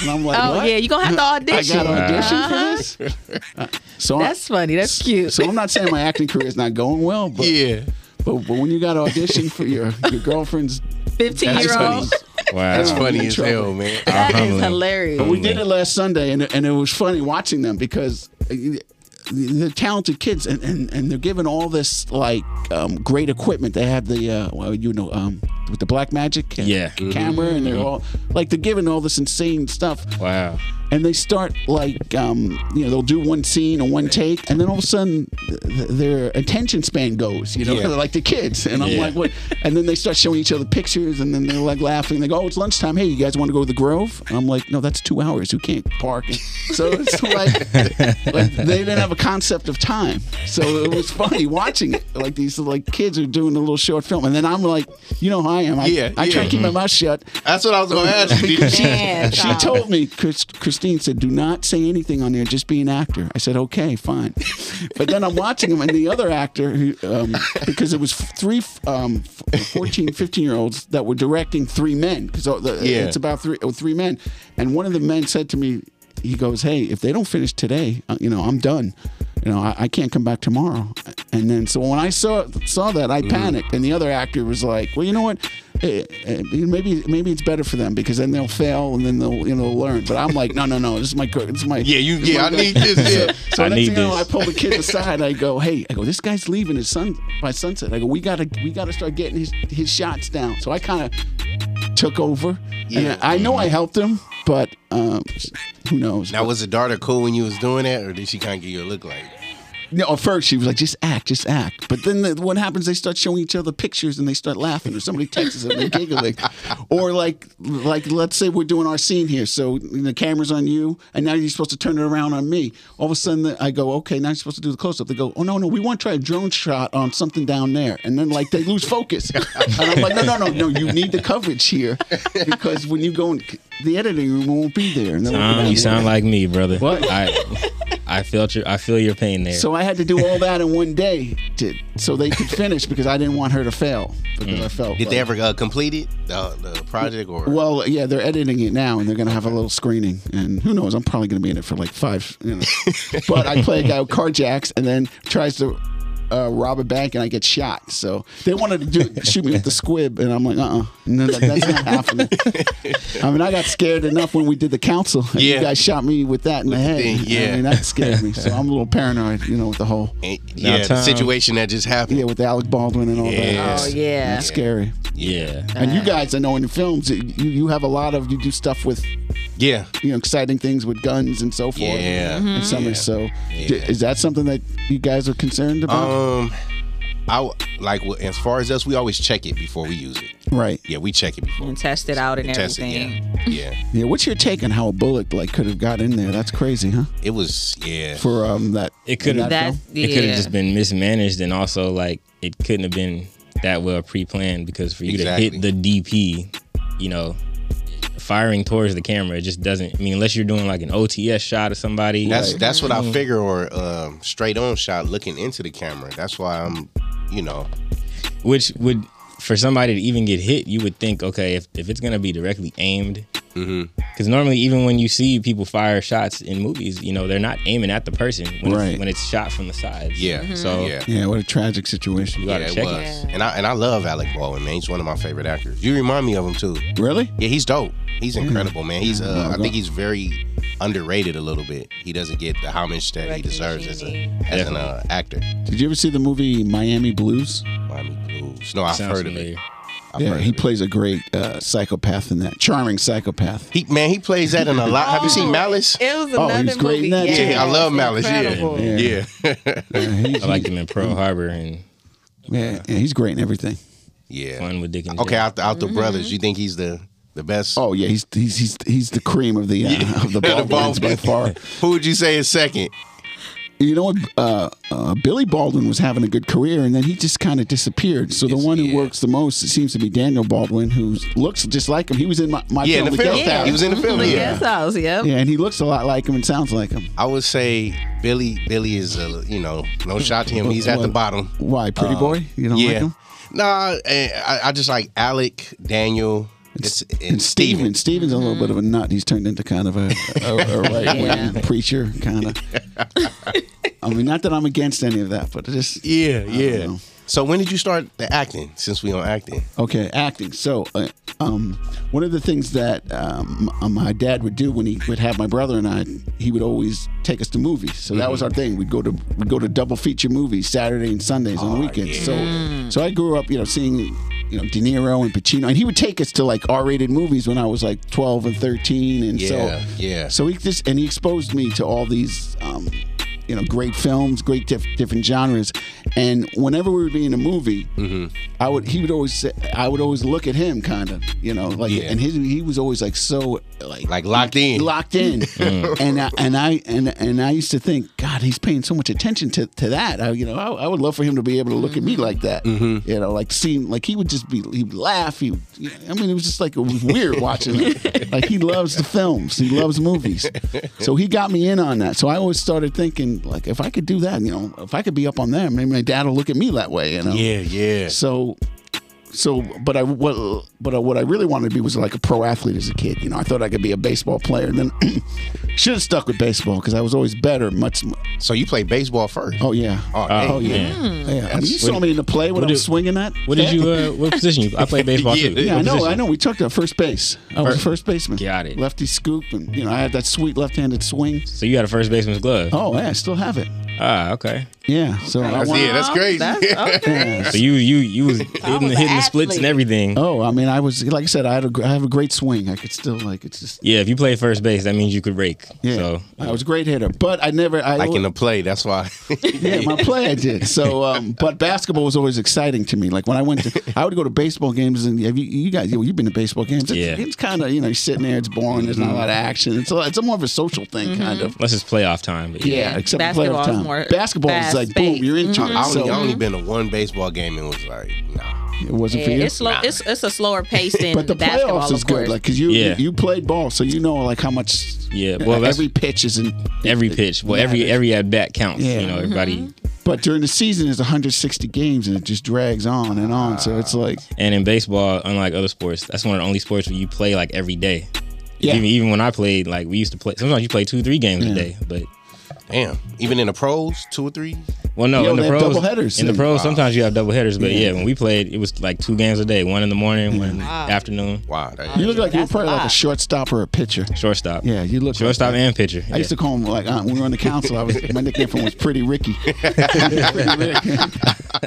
And I'm like,
Oh
what?
yeah, you gonna have to
I
audition. Uh-huh.
got audition for this? So I-
That's funny. That's cute.
so I'm not saying my acting career is not going well, but
yeah.
but, but when you got to audition for your your girlfriend's,
Fifteen year old.
Wow.
It's
That's I'm
funny
in
as
trouble.
hell, man.
That is
Humbling.
Uh-huh. but
hilarious.
we did it last Sunday, and and it was funny watching them because. uh, They're talented kids, and, and, and they're given all this like um, great equipment. They have the uh, well, you know um, with the black magic and
Yeah.
camera,
Mm-hmm.
and they're all like they're given all this insane stuff.
Wow.
and they start like um, you know they'll do one scene or one take and then all of a sudden th- th- their attention span goes you know
Yeah.
like the kids and i'm
Yeah.
like what and then they start showing each other pictures and then they're like laughing they go oh it's lunchtime hey you guys want to go to the grove and i'm like no that's two hours you can't park so it's like, like they didn't have a concept of time so it was funny watching it like these like kids are doing a little short film and then i'm like you know how i am i,
Yeah,
I try
yeah. Mm-hmm.
to keep my mouth shut
That's what I was gonna ask you. Did you-
Man,
she
Tom.
told me, Chris, Christine said, do not say anything on there, just be an actor. I said, okay, fine. But then I'm watching him, and the other actor, who, um, because it was three um, 14, 15 year olds that were directing three men, because
Yeah.
it's about three, oh, three men. And one of the men said to me, he goes, hey, if they don't finish today, uh, you know, I'm done. You know, I, I can't come back tomorrow. And then, so when I saw saw that,
Mm.
I panicked. And the other actor was like, well, you know what? Eh, eh, maybe maybe it's better for them because then they'll fail and then they'll you know learn. But I'm like, no, no, no. This is my cur- this is my
yeah, you.
this is
Yeah,
my
I
good."
need this. Yeah.
So
I
next
need
thing I know, I
this.
pull the kid aside. I go, hey, I go, this guy's leaving his son by sunset. I go, we gotta we gotta start getting his his shots down. So I kind of took over.
Yeah.
And I know I helped him, but um, who knows?
Now, was the daughter cool when you was doing that, or did she kind of give you a look like?
No, at first she was like, just act, just act. But then the, what happens? They start showing each other pictures and they start laughing, or somebody texts them and giggling, or like, like let's say we're doing our scene here, so the camera's on you, and now you're supposed to turn it around on me. All of a sudden, I go, okay, now you're supposed to do the close up. They go, oh no, no, we want to try a drone shot on something down there, and then like they lose focus, and I'm like, no, no, no, no, you need the coverage here because when you go in the editing room, won't be there. And then-
Tom, Ah, you sound like me, brother.
What?
I I felt your I feel your pain there.
So I had to do all that in one day to, so they could finish because I didn't want her to fail because I felt.
Did
like-
they ever uh, complete it, uh, the project, or?
Well, yeah, they're editing it now, and they're gonna have a little screening, and who knows? I'm probably gonna be in it for like five. You know. but I play a guy who carjacks and then tries to uh, rob a bank, and I get shot. So they wanted to do, shoot me with the squib, and I'm like, uh, uh no, that, that's not happening. I mean, I got scared enough when we did the council. and
Yeah.
you guys shot me with that in the head.
thing, yeah.
I mean, that scared me. So I'm a little paranoid, you know, with the whole.
And- eh, yeah, the
Tom-
situation that just happened.
Yeah, with Alec Baldwin and all
Yeah.
that.
Oh yeah. Uh-huh.
That's scary.
yeah.
And you guys, I know in the films, you, you have a lot of, you do stuff with,
Yeah,
you know, exciting things with guns and so forth.
Yeah.
Mm-hmm.
And summer. So d- is that something that you guys are concerned about?
Um, I w- like well, as far as us, we always check it before we use it.
right.
Yeah, we check it before.
And test it out and
Test it.
everything.
Yeah, yeah.
Yeah. What's your take on how a bullet like could have got in there? That's crazy, huh?
It was. Yeah.
For um that.
It could have
that
That
film?
it could
yeah.
have just been mismanaged and also like it couldn't have been that well pre-planned because for you
Exactly.
to hit the DP, you know, firing towards the camera, it just doesn't. I mean, unless you're doing like an OTS shot of somebody,
That's
like,
that's what I figure, or um, straight on shot looking into the camera. That's why I'm, you know,
which would for somebody to even get hit, you would think, okay, if, if it's gonna be directly aimed,
Mm-hmm.
because normally even when you see people fire shots in movies, you know, they're not aiming at the person when,
Right.
it's, when it's shot from the sides.
yeah.
So
yeah.
Yeah. What a tragic situation.
you
Yeah,
Mm-hmm. gotta
it
check
was,
it.
and I and I love Alec Baldwin, man. He's one of my favorite actors. You remind me of him too.
Really?
Yeah, he's dope. He's incredible, man. He's uh, I think he's very underrated a little bit. He doesn't get the homage that he deserves as a as an uh, actor.
Did you ever see the movie Miami Blues?
Miami Blues. No, I've
Sounds
heard of it.
familiar.
I've
Yeah,
heard
he
of it.
plays a great uh, psychopath in that. Charming psychopath.
He man, he plays that in a lot. Have you seen Malice?
It was
Oh,
another
he was great
movie.
in that,
Yeah,
yeah,
I love Malice.
incredible.
Yeah, yeah.
I liked him in Pearl Harbor and
Yeah, yeah, he's great in everything.
yeah. Mm-hmm.
Fun with Dick and
Okay,
Jane.
out the, out the brothers, you think he's the the best?
Oh yeah, he's he's he's, heys the cream of the uh, of the
The
bald ones by
Baldwin.
far.
Who would you say is second?
You know what? Uh, uh, Billy Baldwin was having a good career, and then he just kind of disappeared. So the one who works the most it seems to be Daniel Baldwin, who looks just like him. He was in my, my
Yeah, in
film,
the film.
Death House.
He was in the film. Mm-hmm. Yeah.
Yes, I was. Yep.
yeah, and he looks a lot like him and sounds like him.
I would say Billy. Billy is a you know no shot to him. He's at the
What-
bottom. Uh,
Why, pretty boy? You don't like
Yeah.
him?
Nah, eh, I, I just like Alec, Daniel, it's, and,
And Steven.
Steven.
Steven's a little bit of a nut. He's turned into kind of a, a, a right wing
Yeah.
preacher, kind of. I mean, not that I'm against any of that, but it just
Yeah,
don't
yeah.
know.
So when did you start the acting? Since we on acting,
Okay, acting. So, uh, um, one of the things that um, m- my dad would do when he would have my brother and I, he would always take us to movies. So that was
Mm-hmm.
our thing. We'd go to we'd go to double feature movies Saturday and Sundays
Oh,
on weekends. So, so I grew up, you know, seeing you know De Niro and Pacino, and he would take us to like R-rated movies when I was like 12 and 13, and
Yeah,
so
yeah.
So he just and he exposed me to all these. Um, you know, great films, great diff- different genres, and whenever we would be in a movie,
Mm-hmm.
I would he would always say I would always look at him kind of you know like
Yeah.
and his he was always like so like
like locked in.
locked in and I, and I and and I used to think God he's paying so much attention to, to that I, you know I, I would love for him to be able to look at me like that you know like seeing like he would just be he would laugh he would- you know, I mean it was just like it was weird watching him like he loves the films he loves movies so he got me in on that so I always started thinking like if I could do that you know if I could be up on them maybe my dad will look at me that way you know
yeah, yeah.
so, so, but I what, but I, what I really wanted to be was like a pro athlete as a kid. You know, I thought I could be a baseball player, and then should have stuck with baseball because I was always better. Much. m-
So you played baseball first.
Oh yeah.
Oh,
Oh,
dang.
yeah. yeah. I mean, you saw me in the play when
what
I was
did-
swinging that.
What did you? Uh, what position you? I play baseball
Yeah,
too.
Yeah,
What
I know.
position? Oh.
I know. We talked about first base. I was a first baseman.
Got it.
Lefty scoop, and you know, I had that sweet left-handed swing.
So you got a first baseman's glove.
Oh yeah, I still have it.
Ah, okay.
Yeah. So I
That's,
want.
yeah, that's crazy.
yeah.
So you you you was hitting,
was an
hitting the splits and
athlete.
everything.
Oh, I mean, I was like I said, I had a, gr- I have a great swing. I could still like it's just
Yeah, if you play first base, that means you could rake.
Yeah,
So uh,
I was a great hitter, but I never. I
like in the play. That's why.
yeah, my play I did. So, um, but basketball was always exciting to me. Like when I went, to, I would go to baseball games, and have you, you guys, you, have been to baseball games. It's,
Yeah.
it's kind of you know, you're sitting there, it's boring. There's not a lot of action. It's a, it's a more of a social thing, kind of.
unless it's playoff time. But yeah.
Yeah, except for playoff
Basketball is
time.
more
basketball is
fast
like boom,
paced.
you're into it.
I only,
So
I only been to one baseball game and was like, nah.
it wasn't for you.
It's slow. It's it's a slower pace than
but the
basketball,
playoffs is
of course.
good, like because you,
Yeah.
you played ball, so you know like how much. uh,
Yeah, well, that's-
every pitch is in.
Every pitch, well, every every at bat counts.
Yeah. Mm-hmm.
You know, everybody,
But during the season, it's 160 games, and it just drags on and on. So it's like
and in baseball, unlike other sports, that's one of the only sports where you play like every day.
Yeah.
Even even when I played, like we used to play. Sometimes you play two, three games
Yeah.
a day, but
Damn. Even in the pros, two or three.
Well, no,
Yo,
in the
they have
pros,
doubleheaders
in the
then.
pros, sometimes you have double headers, but yeah. when we played, it was like two games a day, one in the morning, one in the afternoon,
Wow. That,
You look like you're
That's
probably
a
like a
lot.
shortstop or a pitcher.
shortstop.
Yeah, you look
shortstop
Like
and pitcher.
that. I used to call him like uh, when we were on the council. I was my nickname for him was Pretty Ricky. Pretty Rick.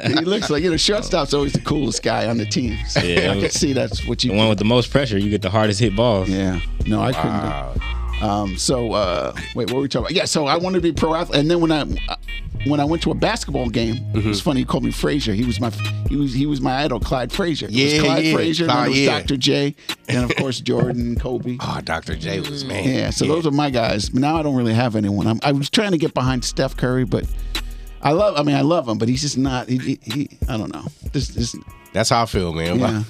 he looks like you know shortstop's always the coolest guy on the team. So
Yeah,
I
it
could
was-
see that's what you.
The one with the most pressure, you get the hardest hit balls.
yeah, no, I couldn't. do-
wow.
Um, so uh, wait, what were we talking about? Yeah, so I wanted to be pro athlete, and then when I uh, when I went to a basketball game, it
Mm-hmm.
was funny. You called me Frazier. He was my he was he was my idol, Clyde Frazier. It
Yeah,
was Clyde
yeah,
Frazier. and then
Clyde,
it was
yeah.
Dr. J, and of course Jordan, Kobe.
Oh, Dr. J was man.
Yeah, so those are my guys. But Now I don't really have anyone. I'm, I was trying to get behind Steph Curry, but I love. I mean, I love him, but he's just not. He, he, he I don't know. This, this,
That's how I feel, man.
Yeah.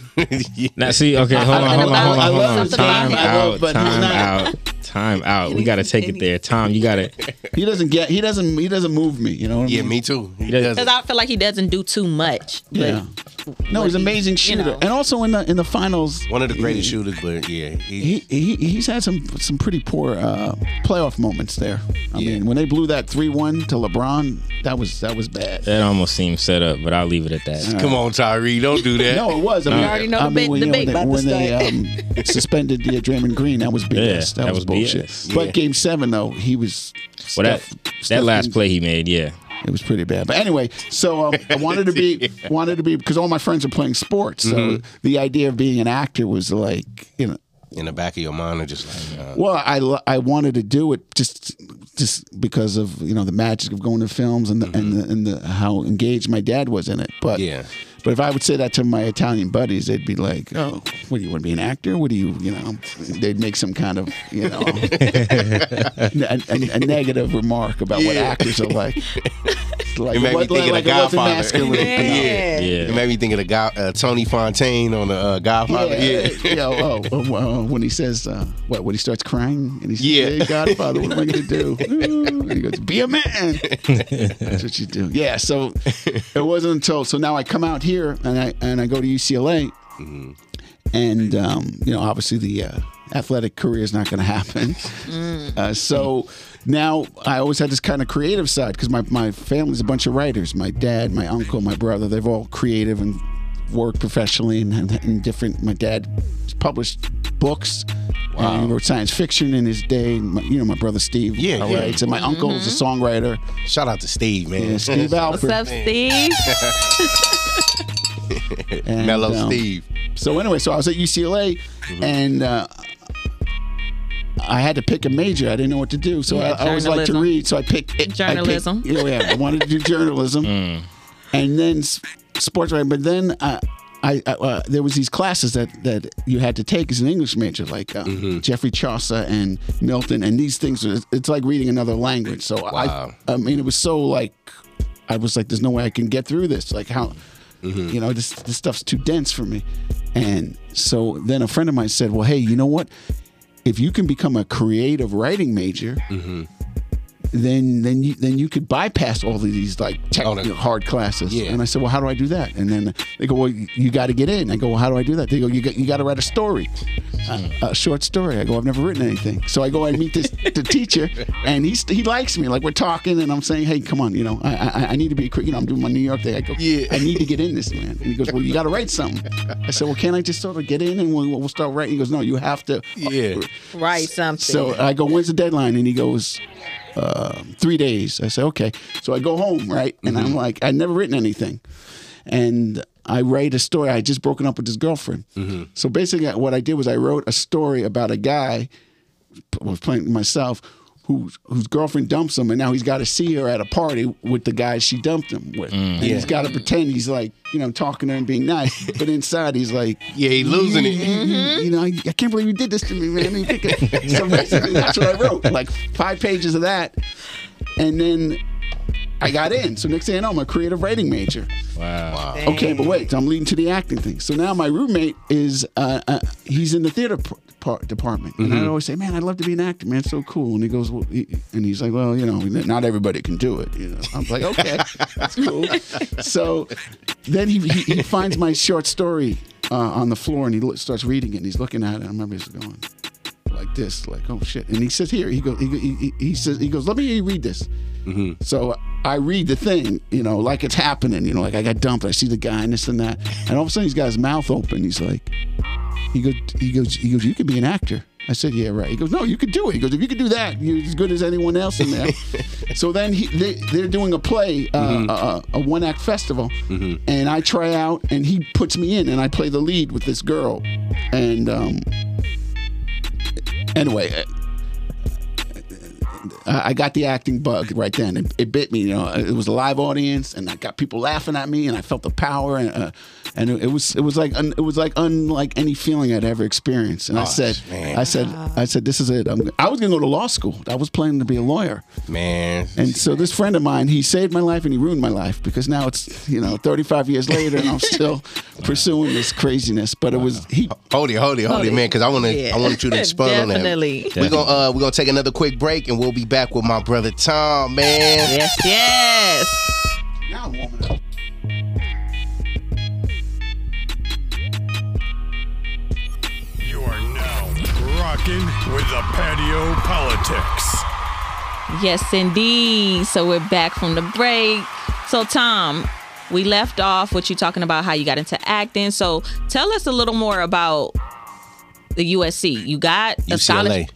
Yeah.
Now, see, okay, hold on,
I-
hold
I-
on, hold
I
on, hold
love
on.
something about
Time
him, I
out,
love, but he's
time
not-
out, time out. We got to take it there. Time, you got to.
he doesn't get. He doesn't. He doesn't move me. You know. What I
Yeah,
mean?
me too. He
does-
does.
Because I feel like he doesn't do too much. But
Yeah. No,
what
he's an
he-
amazing
you
shooter,
know.
and also in the in the finals,
One of the greatest
he-
shooters, but yeah, he,
He, he he's had some some pretty poor uh, playoff moments there. I
Yeah.
mean, when they blew that three one to LeBron, that was that was bad.
That almost seems set up, but I'll leave it at that.
come on, Tyree, don't do that.
No, it was. I mean,
already know
I
the
mean,
big-
when,
the
you know,
big
when
about to
they um, suspended the Draymond Green, that was BS.
Yeah,
that,
that
was,
was
bullshit.
BS.
But
Yeah.
game seven though, he was.
Well, that
Steph-
that
Steph
last
didn't-
play he made, yeah.
It was pretty bad. But anyway, so um, I wanted to be wanted to be because all my friends are playing sports. So the idea of being an actor was like you know.
In the back of your mind, i just like, uh,
Well, I, lo- I wanted to do it just just because of you know the magic of going to films and the, and, the, and the, how engaged my dad was in it. But
Mm-hmm. Yeah.
But if I would say that to my Italian buddies, they'd be like, "Oh, what do you want to be an actor? What do you you know?" They'd make some kind of you know a, a- a negative remark about what
Yeah.
actors are like. Like,
It made me
what-
think of The
it wasn't
Godfather.
masculine, you know?
Yeah.
it
Yeah.
made me think of the guy, uh, Tony Fontaine on the uh, Godfather. Yeah.
Yeah, you know, oh, oh, oh, when he says, uh, what, when he starts crying and he says,
Yeah.
hey, Godfather, what am I going to do? And he goes, be a man. That's what you do. Yeah, so it wasn't until, so now I come out here and I, and I go to UCLA and, um, you know, obviously the uh, athletic career is not going to happen. Uh, so now I always had this kind of creative side because my, my family's a bunch of writers. My dad, my uncle, my brother, they've all creative and worked professionally and, and, different. My dad published books. And he wrote science fiction in his day. And My, you know, my brother Steve
Yeah,
uh,
yeah. Mm-hmm.
writes. And my uncle is a songwriter.
Shout out to Steve, man.
Yeah, Steve Alpert.
What's up, Steve?
And,
Mellow
um,
Steve.
So anyway, so I was at UCLA, and uh, I had to pick a major. I didn't know what to do, so
Yeah,
I, I always like to
journalism.
read. So I picked I picked-
Journalism.
yeah, yeah, I wanted to do journalism, and then s- sports writing. But then I. I, I uh, there was these classes that, that you had to take as an English major, like uh, Jeffrey Chaucer and Milton, and these things. it's- It's like reading another language. So
Wow.
I, I mean, it was so like, I was like, there's no way I can get through this. Like how, you know, this this stuff's too dense for me. And so then a friend of mine said, well, hey, you know what? If you can become a creative writing major,
Mm-hmm.
then then you then you could bypass all of these like
Oh,
technical
the-
hard classes.
Yeah.
And I said, well, how do I do that? And then they go, well, you, you got to get in. I go, well, how do I do that? They go, you got you got to write a story,
Mm.
a, a short story. I go, I've never written anything. So I go, I meet this the teacher, and he's he likes me. Like we're talking, and I'm saying, hey, come on, you know, I I, I need to be, a cre- you know, I'm doing my New York thing. I go,
Yeah.
I need to get in this man. And he goes, well, you got to write something. I said, well, can't I just sort of get in and we'll, we'll start writing? He goes, no, you have to.
Yeah.
Write something.
So uh, I go, when's the deadline? And he goes, uh, three days. I say, okay. So I go home, right? And I'm like, I'd never written anything. And I write a story. I had just broken up with his girlfriend. So basically, what I did was I wrote a story about a guy, I was playing myself, whose whose girlfriend dumps him, and now he's got to see her at a party with the guy she dumped him with.
Mm.
And he's got to pretend he's like, you know, talking to her and being nice. but inside, he's like,
Yeah, he losing it. Mm-hmm.
you- You, you know, I, I can't believe you did this to me, man. I mean, think of- so basically, that's what I wrote. Like five pages of that, and then I got in. So next thing I know, I'm a creative writing major.
Wow.
Okay, but wait, so I'm leading to the acting thing. So now my roommate is uh, uh, he's in the theater p- part department, and I always say, "Man, I'd love to be an actor, man. It's so cool." And he goes, well, he, and he's like, "Well, you know, not everybody can do it." You know? I'm like, "Okay, that's cool." So then he, he, he finds my short story uh, on the floor, and he lo- starts reading it, and he's looking at it. I remember he's going like this, like, "Oh shit!" And he says, "Here," he goes, he, he, he- he says, "He goes, let me hear you read this." So I read the thing, you know, like it's happening, you know, like I got dumped. I see the guy and this and that, and all of a sudden he's got his mouth open. He's like, he goes, he goes, he goes, you could be an actor. I said, yeah, right. He goes, no, you could do it. He goes, if you could do that, you're as good as anyone else in there. so then he, they, they're doing a play, uh, a, a one act festival, and I try out, and he puts me in, and I play the lead with this girl, and um, anyway. uh, I I got the acting bug right then. It, it bit me. You know, it was a live audience, and I got people laughing at me, and I felt the power, and uh, and it, it was it was like un, it was like unlike any feeling I'd ever experienced. And I said,
man.
I said, I said, this is it. I'm, I was gonna go to law school. I was planning to be a lawyer.
Man.
And so this friend of mine, he saved my life and he ruined my life because now it's you know 35 years later, and I'm still pursuing this craziness. But it was he.
Hold it, hold it, hold it, man, because I want to, I want you to expound on that.
Definitely.
We're gonna, uh, we're gonna take another quick break, and we'll be back with my brother Tom, man.
Yes, yes.
Now I'm warming up.
Rockin' with the patio politics.
Yes, indeed. So we're back from the break. So Tom, we left off with you talking about how you got into acting. So tell us a little more about the USC. You got a
UCLA.
scholarship.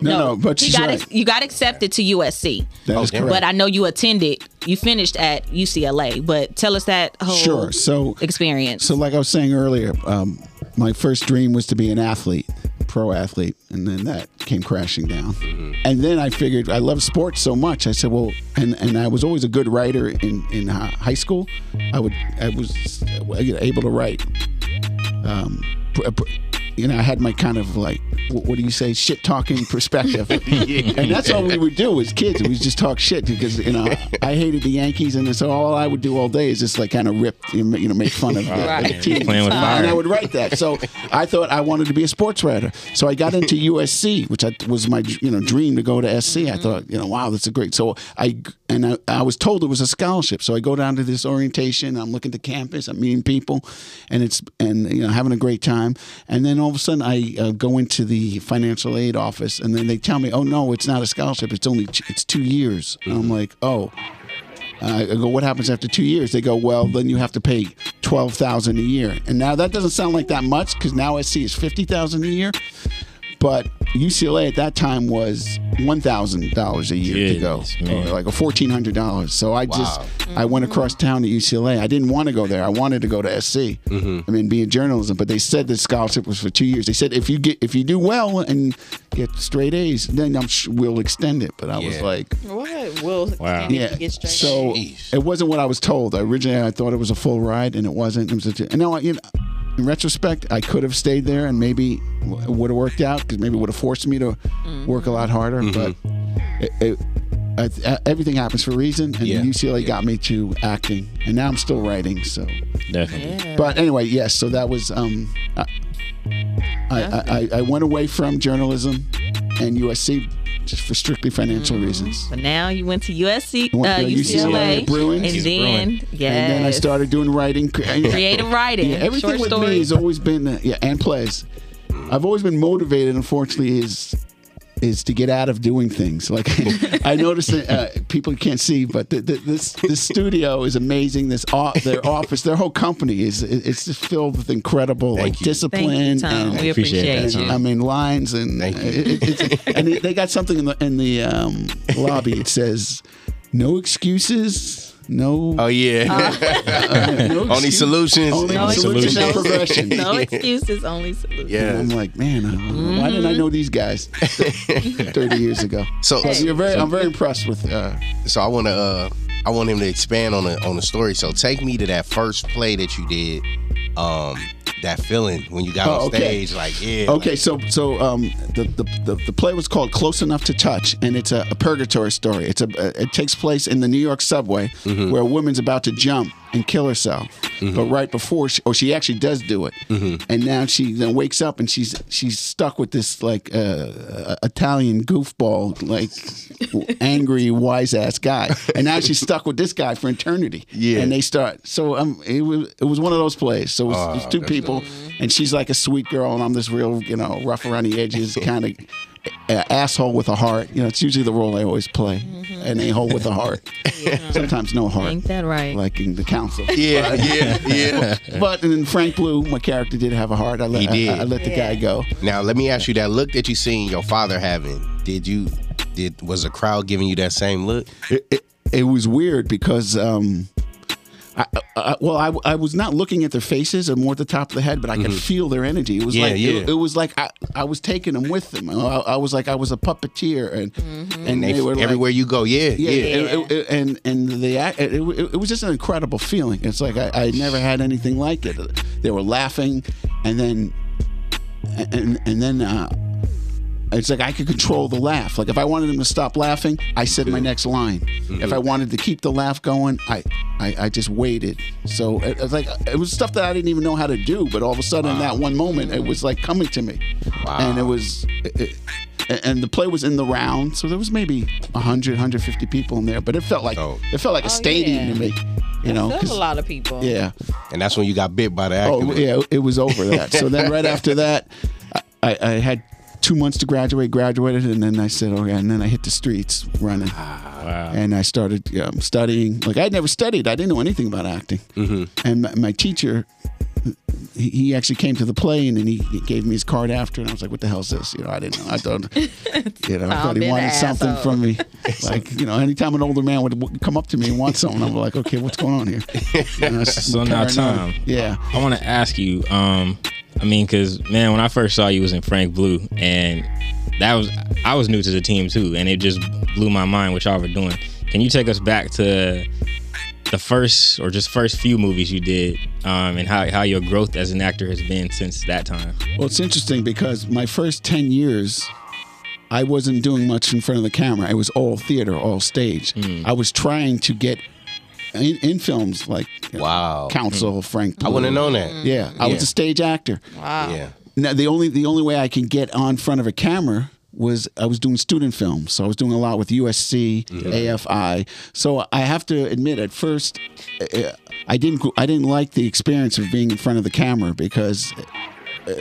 No, no, but
you
she's
got
right.
you got accepted to USC.
That is
Okay.
correct.
But I know you attended. You finished at UCLA. But tell us that whole
Sure. So
experience.
So, like I was saying earlier, um, my first dream was to be an athlete, pro athlete, and then that came crashing down. And then I figured I love sports so much. I said, well, and, and I was always a good writer in in hi- high school. I would I was uh, able to write. Um, pr- pr- you know, I had my kind of like, what, what do you say, shit talking perspective, and that's all we would do as kids. We just talk shit because you know I hated the Yankees, and so all I would do all day is just like kind of rip, you know, make fun of the, the
Right.
team.
Playing with fire.
And I would write that. So I thought I wanted to be a sports writer. So I got into USC, which I, was my you know dream to go to SC. I thought you know wow that's a great. So I and I, I was told it was a scholarship. So I go down to this orientation. I'm looking to campus. I'm meeting people, and it's and you know having a great time. And then all of a sudden I uh, go into the financial aid office, and then they tell me oh no it's not a scholarship. It's only it's two years. And I'm like oh. I I go, what happens after two years? They go, well, then you have to pay twelve thousand a year. And now that doesn't sound like that much because now SC is fifty thousand a year, but UCLA at that time was one thousand dollars a year
Goodness,
to go,
man.
Or like a fourteen hundred dollars. So I just I went across town to UCLA. I didn't want to go there. I wanted to go to SC. I mean, be in journalism, but they said the scholarship was for two years. They said if you get if you do well and get straight A's, then I'm sh- we'll extend it. But I was
Yeah.
like.
What? Will
Wow.
Yeah.
get straight.
So
Jeez.
it wasn't what I was told. Originally, I thought it was a full ride, and it wasn't. It was a, and now, I- you know, in retrospect, I could have stayed there, and maybe it would have worked out because maybe it would have forced me to
Mm-hmm.
work a lot harder.
Mm-hmm.
But it, it, I, th- everything happens for a reason, and
Yeah.
UCLA got me to acting, and now I'm still writing. So,
Definitely.
but anyway, yes. So that was um, I, I, I, I went away from journalism and USC just for strictly financial
Mm-hmm.
reasons.
but now you went to USC,
Went
uh,
to
UCLA,
UCLA Bruins.
and
He's
then
Bruin.
yes,
And then I started doing writing.
creative writing,
Yeah, everything
short
with
stories.
me has always been uh, yeah, and plays. I've always been motivated. Unfortunately, is is to get out of doing things. Like I noticed that uh, people can't see, but the, the, this this studio is amazing. This o- their office, their whole company is it's just filled with incredible like
you.
discipline
Thank you, Tom.
and
We
Appreciate that,
appreciate,
and,
you.
I mean lines and
Thank you.
it- it- it's- and they- they got something in the in the um, lobby. It says no excuses, no uh,
Oh yeah.
no
Only
Uh, excuse-
solutions.
Only
No
solutions and
excuses.
progression.
no excuses, only solutions.
yeah.
And I'm like, man, uh, why didn't I know these guys 30 years ago?
So
But you're very, I'm very impressed with. Uh,
so I want to uh I want him to expand on the on the story. So take me to that first play that you did. Um that feeling when you got
Oh,
on
okay.
stage like yeah.
okay, so so um, the, the, the the play was called "Close Enough to Touch," and it's a, a purgatory story. It's a it takes place in the New York subway where a woman's about to jump and kill herself, but right before she, or she actually does do it, and now she then wakes up and she's she's stuck with this like uh, uh, Italian goofball like angry wise ass guy, and now she's stuck with this guy for eternity.
Yeah.
and they start so um it was it was one of those plays. So it was, it was
Ah,
two
that's
people, and she's like a sweet girl, and I'm this real you know rough around the edges kind of. Uh, asshole with a heart. You know, it's usually the role I always play. An a hole with a heart. Sometimes no heart.
Ain't that right?
Like in the council.
Yeah, yeah, yeah.
But and then Frank Blue, my character, did have a heart. I let,
He did.
I, I let the guy go.
now let me ask you that look that you seen your father having. Did you did was the crowd giving you that same look?
It, it, it was weird because, um, I, I- I, well, I, I was not looking at their faces or more at the top of the head, but I could feel their energy. It was
Mm-hmm. Yeah,
like
yeah.
It, it was like I, I was taking them with them. I, I was like I was a puppeteer, and and
They,
they, were like,
everywhere you go, yeah, yeah.
yeah, it- it- it- and and the act- it, it, it was just an incredible feeling. It's like I, I never had anything like it. They were laughing, and then and and then uh, it's like I could control the laugh. Like if I wanted them to stop laughing, I said my next line. If I wanted to keep the laugh going, I I, I just waited. So it, it's like it was stuff that I didn't even know how to do, but all of a sudden in that one moment, it was like coming to me, and it was. It, it, and- and the play was in the round, so there was maybe 100, 150 people in there, but it felt like
Oh.
it felt like a stadium
yeah.
to me, you know.
That's a
'cause-
lot of people.
Yeah.
And that's when you got bit by the actor.
Oh yeah, it was over that. So then right after that, I, I had two months to graduate, graduated, and then I said, okay, and then I hit the streets running.
Ah,
And I started um, studying. Like, I'd never studied, I didn't know anything about acting.
Mm-hmm.
And my, my teacher, he, he actually came to the play and then he, he gave me his card after, and I was like, what the hell is this? You know, I didn't know. I thought, you know, I
I'll
thought
be
he
the
wanted something
asshole.
from me. Like, you know, anytime an older man would w- come up to me and want something, I'm like, okay, what's going on here? You know, it's
So now,
paranoid.
Tom.
Yeah.
I want to ask you. Um, I mean, because man, when I first saw you was in Frank Blue, and that was I was new to the team too, and it just blew my mind what y'all were doing. Can you take us back to the first or just first few movies you did, um, and how how your growth as an actor has been since that time?
Well, it's interesting because my first 10 years, I wasn't doing much in front of the camera. It was all theater, all stage.
Hmm.
I was trying to get in, in films like you know,
Wow. Hmm.
Council, Frank.
I
Blue.
wouldn't have known that.
Yeah, I
Yeah.
was a stage actor.
Yeah.
Now, the only the only way I can get on front of a camera was I was doing student films, so I was doing a lot with USC, AFI. So I have to admit, at first, uh, I didn't I didn't like the experience of being in front of the camera because. uh,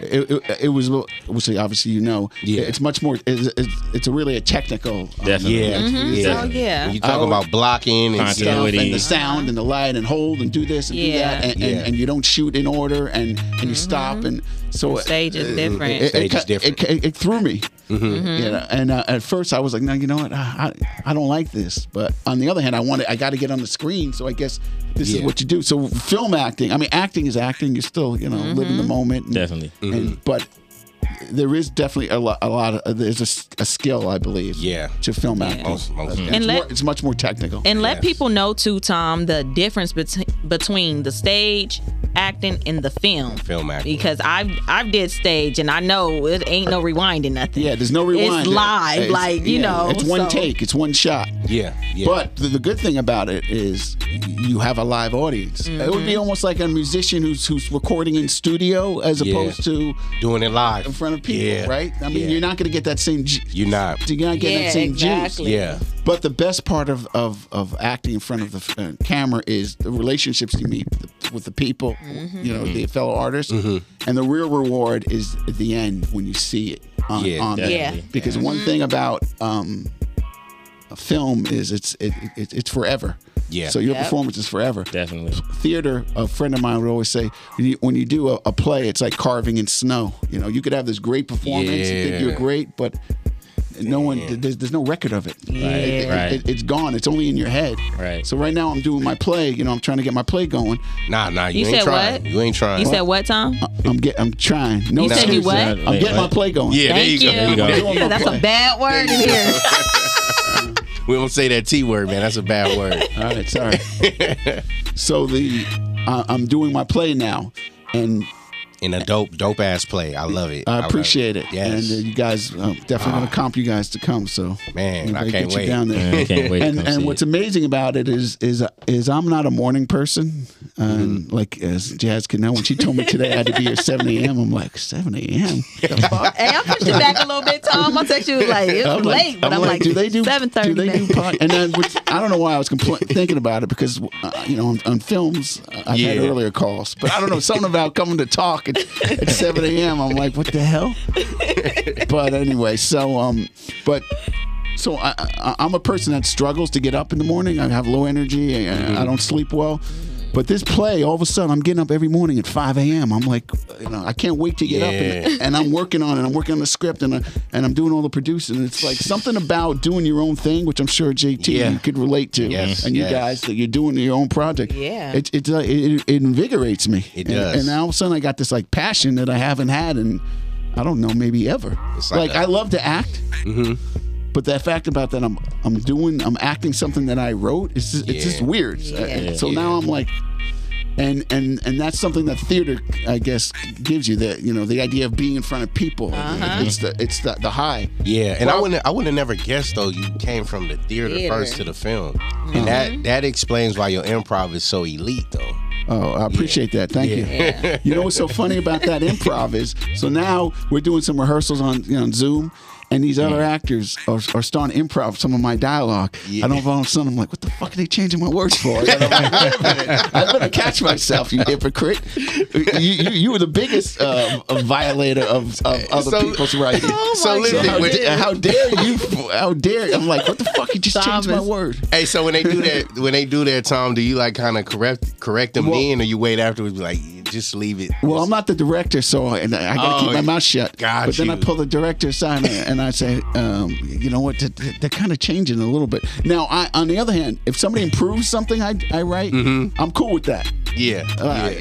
It, it, it was which obviously you know
Yeah.
it's much more it's, it's, it's a really a technical um,
Definitely.
Yeah.
Mm-hmm.
Oh yeah.
When you talk about blocking and
Content.
stuff.
stuff
Ability.
and the sound and the light and hold and do this and do
Yeah.
that and,
Yeah.
and, and you don't shoot in order and, and you stop and so
Stage is different.
Uh, It,
Stage
it,
is
it-
different. Mm-hmm.
It, it threw me,
Mm-hmm.
you know. And uh, at first, I was like, "No, you know what? I, I I don't like this." But on the other hand, I want to I got to get on the screen, so I guess this
Yeah.
is what you do. So film acting. I mean, acting is acting. You still, you know, live in
Mm-hmm.
the moment. and-
Definitely.
Mm-hmm.
and, but there is definitely a lot. A lot of there's a s- a, skill, I believe.
Yeah.
To film acting,
Most, most
it's,
And let-
more, it's much more technical.
And let
Yes.
people know too, Tom, the difference bet- between the stage acting and the film.
Film acting.
Because I've I've did stage and I know it ain't no rewinding nothing.
Yeah, there's no rewind.
It's live, like you
yeah,
know.
It's one
so-
take. It's one shot.
yeah. Yeah.
But the, the good thing about it is you have a live audience. It would be
Mm-hmm.
almost like a musician who's who's recording in studio as
Yeah.
opposed to
doing it live
in front of people,
Yeah.
right? I mean,
Yeah.
you're not going to get that same. ju-
You're not.
You're not getting
Yeah,
that same juice.
exactly.
Yeah.
But the best part of, of, of acting in front of the uh, camera is the relationships you meet with the people,
Mm-hmm.
you know, the fellow artists.
Mm-hmm.
And the real reward is at the end when you see it on,
Yeah,
on there.
definitely. Yeah. Mm-hmm.
Because one thing about um, a film is it's it, it, it's forever.
Yeah.
So your
Yep.
performance is forever
Definitely.
theater, a friend of mine would always say, when you, when you do a, a play, it's like carving in snow. You know, you could have this great performance, you
Yeah.
think you're great, but no one, there's, there's no record of it. It- it-
Right.
it- it's gone. It's only in your head.
Right.
So right now I'm doing my play. You know, I'm trying to get my play going.
Nah, nah. You,
You
ain't
said
trying.
what?
You ain't trying.
You said what, Tom?
I'm get, I'm trying. No,
You said you
excuses.
what?
I'm getting my play going.
Yeah. there
Thank
you go.
There you go.
I'm doing my
That's a
play.
bad word in here.
We don't say that T word, man. That's a bad word.
All right, sorry. so the I I'm doing my play now, and
In a dope, dope ass play. I love it.
I
love
appreciate it.
Yes. Ah.
And uh, you guys, I'm definitely going to comp you guys to come. So
Man, I
anybody
can't
get
wait.
You down there.
Man, I can't wait to
and
come
and
see
what's
it.
amazing about it is is is I'm not a morning person. Um, Like as Jazz can know, when she told me today I had to be here 7 a.m., I'm like 7 a.m.
Hey, I'll push you back a little bit, Tom. I'll text you like it's
I'm
late, but I'm, like,
do they do
seven
Do
thirty?
they do pod? And then, which, I don't know why I was compl- thinking about it because uh, you know on, on films uh, I've had
Yeah.
earlier calls, but I don't know something about coming to talk at, at seven a.m. I'm like, what the hell? but anyway, so um, but. So I, I, I'm a person that struggles to get up in the morning. I have low energy. I, I don't sleep well. But this play, all of a sudden, I'm getting up every morning at 5 a.m. I'm like, you know, I can't wait to get up, and, and I'm working on it. I'm working on the script, and I, and I'm doing all the producing. And it's like something about doing your own thing, which I'm sure JT
Yeah.
you could relate to,
Yes,
and you
yes.
guys that you're doing your own project.
Yeah.
it it, uh, it, it invigorates me.
It
And-
does.
And, now all of a sudden, I got this like passion that I haven't had, and I don't know, maybe ever.
It's like
like
a- Mm-hmm.
I love to act. But that fact about that I'm I'm doing I'm acting something that I wrote it's just, it's just
Yeah.
weird.
Yeah.
So now I'm like, and and and that's something that theater I guess gives you that you know the idea of being in front of people. It's the it's the, the high.
Yeah, and I wouldn't I wouldn't have never guessed though you came from the theater, Mm-hmm.
Theater.
first to the film. And that that explains why your improv is so elite though.
Oh, I appreciate that. Thank you. You know what's so funny about that improv is so now we're doing some rehearsals on you know on Zoom. and these other actors are, are starting to improv some of my dialogue. And all of a sudden, I'm like, what the fuck are they changing my words for? And I'm like, wait a minute. I better catch myself, you hypocrite. You, you, you were the biggest um, violator of, of other
So-
people's rights.
so listen,
how,
when-
da- how dare you? How dare I'm like, what the fuck? You just changed my
Thomas.
word.
Hey, so when they do that, when they do that, Tom, do you like kind of correct correct them
Well-
then, or you wait afterwards? Be like, just leave it.
Well, I'm not the director, so I, and I gotta
Oh,
keep my mouth shut.
got
but then
you.
I pull the director aside and, and I say, um, you know what? th- th- They're kind of changing a little bit. Now, I, on the other hand, if somebody improves something I, I write,
Mm-hmm.
I'm cool with that.
yeah,
Uh,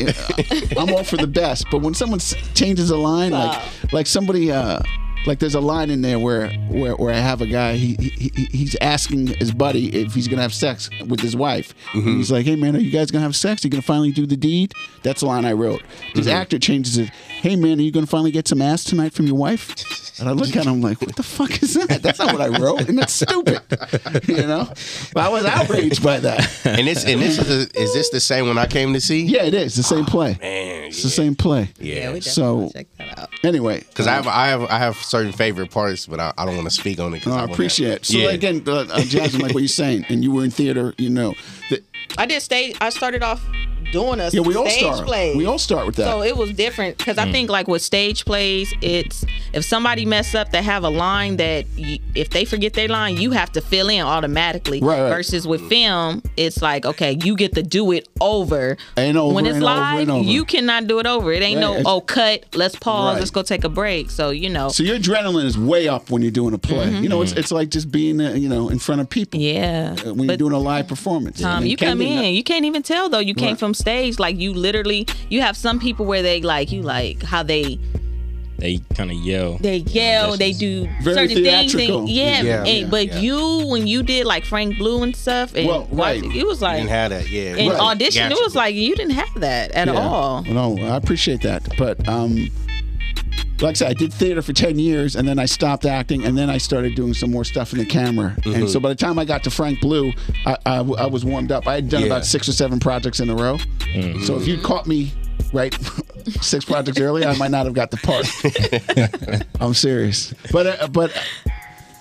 I'm all for the best. But when someone s- changes a line, like like somebody, uh, like there's a line in there where where, where I have a guy. He, he he- he's asking his buddy if he's gonna have sex with his wife.
Mm-hmm.
And he's like, "Hey man, are you guys gonna have sex? Are you gonna finally do the deed?" That's the line I wrote.
Mm-hmm.
This actor changes it. Hey man, are you gonna finally get some ass tonight from your wife? And I look at him like, "What the fuck is that? That's not what I wrote, and that's stupid." You know, but I was outraged by that.
and this and this is a, is this the same one I came to see?
Yeah, it is the same play.
Ah, man,
It's the same play.
Yeah, we definitely
So-
check that out.
Anyway,
Because I have I have I have certain favorite parts, but I, Oh, I don't want to speak on it. 'cause
No, I
wanna-
appreciate it. So
Yeah.
again, uh, uh, Jasmine, like what you're saying, and you were in theater, you know. that-
I did stage. I started off doing a
yeah, we all
stage
start.
play.
We all start with that.
So it was different because
Mm.
I think like with stage plays, it's if somebody mess up, they have a line that y if they forget their line, you have to fill in automatically.
Right, right.
Versus with film, it's like okay, you get to do it over.
And over
when it's
and over
live,
and over.
you cannot do it over. It ain't no
Right.
oh cut. Let's pause.
Right.
Let's go take a break. So you know,
So your adrenaline is way up when you're doing a play. You know, it's
Mm-hmm.
it's like just being, uh, you know, in front of people.
Mm-hmm. yeah.
uh, When you're
But-
doing a live performance.
Um,
And uh,
you come
Kendrick-
in, you can't even tell though. You came
Right.
from stage, like you literally. You have some people where they like you, like how they
They kind of yell.
they yell, they do
Very
certain things,
theatrical.
and, yeah.
Yeah,
and-
yeah,
but
yeah.
you, when you did like Frank Blue and stuff, and
Well,
watch-
right.
it was
I
like
didn't have that. Yeah,
in
right.
audition, it
Gotcha.
was like you didn't have that at
Yeah.
all.
No, I appreciate that. But um like I said, I did theater for 10 years and then I stopped acting and then I started doing some more stuff in the camera.
Mm-hmm.
And so by the time I got to Frank Blue, I, I w- I was warmed up. I had done
Yeah. Mm-hmm.
about six or seven projects in a row. So if you caught me right six projects early, I might not have got the part. I'm serious. But, uh, but,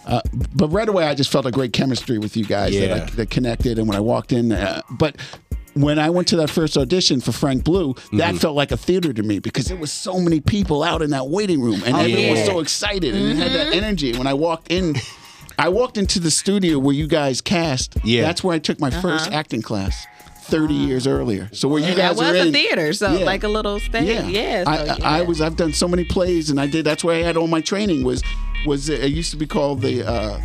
uh, but right away I just felt a great chemistry with you guys that,
Yeah.
I, that connected and when I walked in uh, but when I went to that first audition for Frank Blue, that
Mm-hmm.
felt like a theater to me because there was so many people out in that waiting room
Oh,
and everyone was
yeah.
so excited and it had that
Mm-hmm.
energy. When I walked in, I walked into the studio where you guys cast.
Yeah.
That's where I took
Uh-huh.
my first acting class 30 years earlier. So where you
Ah. That
guys
was
are
a
in,
theater, so
Yeah.
like a little stage. Yeah, so,
I, I, I
yeah.
was. I've done so many plays, and I did. That's where I had all my training. Was was it used to be called the uh,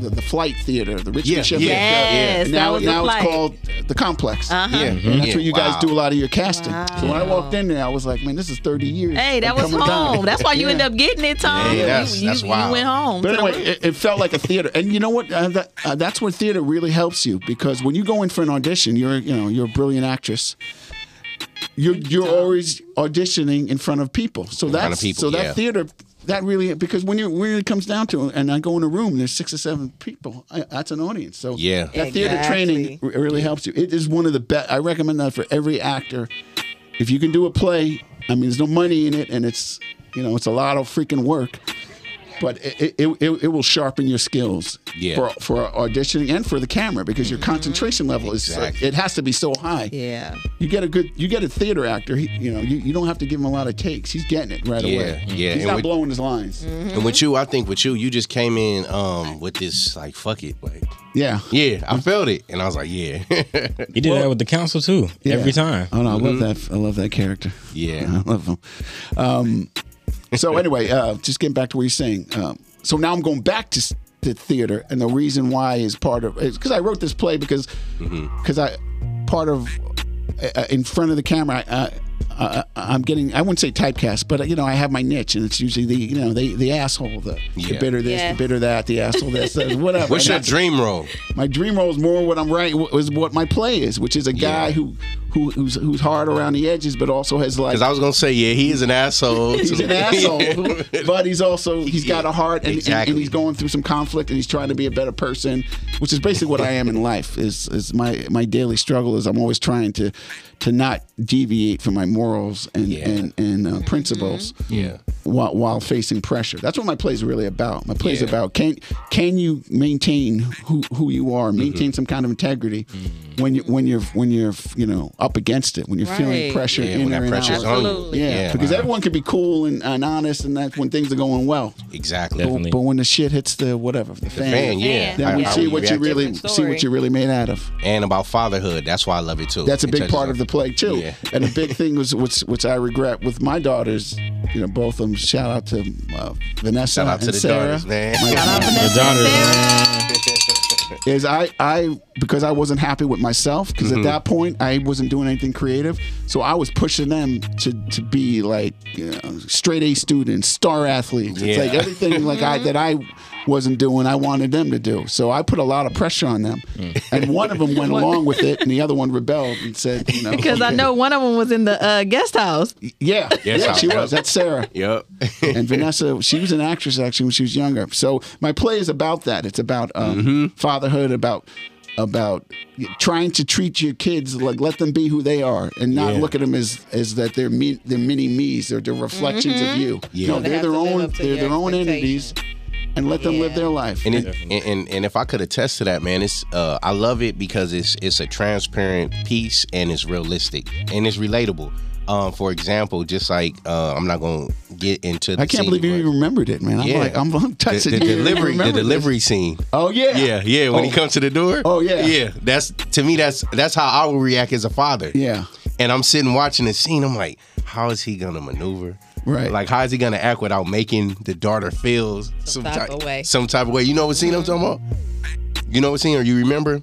the, the Flight Theater, the Richard
Yeah,
Shepherd.
yeah,
Yes,
yeah.
that
Now,
was
now
the
it's
flight. Uh-huh.
called the complex.
yeah,
And that's where you guys
wow.
do a lot of your casting. So when I walked in there, I was like, man, this is 30 years.
Hey, that
of
was
coming down.
home. That's why you
Yeah.
end up getting it, Tom.
Yeah,
You-
that's-
you,
that's
you
wild.
went home.
But
to the-
anyway, it, it felt like a theater, and you know what? Uh, that, uh, that's where theater really helps you because when you go in for an audition, you're you know you're a brilliant actress. You're you're always auditioning in front of people, so that's
front of people,
so that
yeah.
theater that really because when you when it comes down to it, and I go in a room, there's six or seven people. I, that's an audience. So
Yeah.
that theater training r- really helps you. It is one of the best. I recommend that for every actor. If you can do a play, I mean, there's no money in it, and it's you know it's a lot of freaking work, but it it, it, it will sharpen your skills
Yeah. Mm-hmm.
for for auditioning and for the camera because your concentration level is uh,
Exactly.
it has to be so high.
Yeah.
You get a good you get a theater actor. He, you know you, you don't have to give him a lot of takes. He's getting it right
Yeah,
away.
yeah,
He's
and
not
with-
blowing his lines.
And with you, I think with you, you just came in um with this like fuck it, like
Yeah.
yeah, I felt it, and I was like yeah,
He did that with the council too.
Yeah.
Every time.
Oh no, I love that. I love that character.
Mm-hmm. yeah,
I love him. Um, so anyway, uh, just getting back to what you're saying. Um, so now I'm going back to, s- to theater, and the reason why is part of is because I wrote this play because
Mm-hmm.
because I part of uh, in front of the camera. I, I, I, I'm getting. I wouldn't say typecast, but uh, you know, I have my niche, and it's usually the you know the the asshole, the,
Yeah.
the bitter this,
Yeah.
the bitter that, the asshole this, the whatever.
What's
And
your
that's-
dream role?
my dream role is more what I'm writing is what my play is, which is a guy
Yeah.
who who, who's who's hard around the edges, but also has like
Because I was gonna say, yeah, he is an asshole.
he's an asshole, but he's also he's got
Yeah,
a heart, and, and-
exactly.
and he's going through some conflict, and he's trying to be a better person, which is basically what I am in life. Is is my my daily struggle is I'm always trying to to not deviate from my morals and
Yeah. Mm-hmm.
and, and uh, principles.
Yeah.
While, while facing pressure, that's what my play is really about. My play is
Yeah.
about can can you maintain who, who you
Mm-hmm.
are, maintain some kind of integrity
Mm.
when you when you're when you're you know up against it, when you're
Right.
feeling pressure
Yeah,
in
when
or
that
and
pressure's
out.
on you.
Absolutely.
Yeah,
Yeah,
because
wow.
everyone can be cool and, and honest, and that's when things are going well.
Exactly.
Definitely.
But, but when the shit hits the whatever the, fan,
Man, yeah.
then
How-
we
how
see
we
what you
react.
really
Different
see
story.
what you're really made out of.
and about fatherhood. That's why I love it too.
That's a
It
big
touches
part
on-
of the plague too.
Yeah.
And a big thing was which which I regret with my daughters. You know, both of them. Shout out to uh, Vanessa
Shout out to
and
the
Sarah.
daughters, man.
My-
Shout out
The
Vanessa
daughter,
Sarah.
is I I because I wasn't happy with myself because
Mm-hmm.
at that point I wasn't doing anything creative, so I was pushing them to to be like you know, straight A students, star athletes. It's like
Yeah.
everything like I that I wasn't doing, I wanted them to do. So I put a lot of pressure on them,
Mm.
and one of them went along with it, and the other one rebelled and said, you know,
Because I
okay.
know one of them was in the uh, guest house.
yeah,
Yes, I
yeah, she
know.
was. That's Sarah
Yep.
and Vanessa, she was an actress actually when she was younger. So my play is about that. It's about um,
Mm-hmm.
fatherhood, about about trying to treat your kids like let them be who they are, and not
Yeah.
look at them as as that they're me, they're mini me's, they're, they're reflections of you.
Yeah.
No,
They Mm-hmm. have
they're their
to live
own
up to
they're
your
their own entities, and let them live
Yeah.
their life.
and, it, and and and if I could attest to that, man, it's uh, I love it because it's it's a transparent piece and it's realistic and it's relatable. Um, for example, just like uh, I'm not gonna get into. The
I can't
scene,
believe you
but-
even remembered it, man. I'm
Yeah.
like I'm, I'm
the,
touching
the
you.
delivery, the
Remember this.
delivery scene.
Oh yeah,
Yeah, yeah. When he
Oh,
comes to the door.
Oh, yeah.
yeah. That's to me. That's that's how I would react as a father.
yeah.
And I'm sitting watching the scene. I'm like, how is he gonna maneuver?
Right.
Like, how is he gonna act without making the daughter feel some,
type of way.
Some type of way. You know what scene I'm talking about? You know what scene? Or you remember?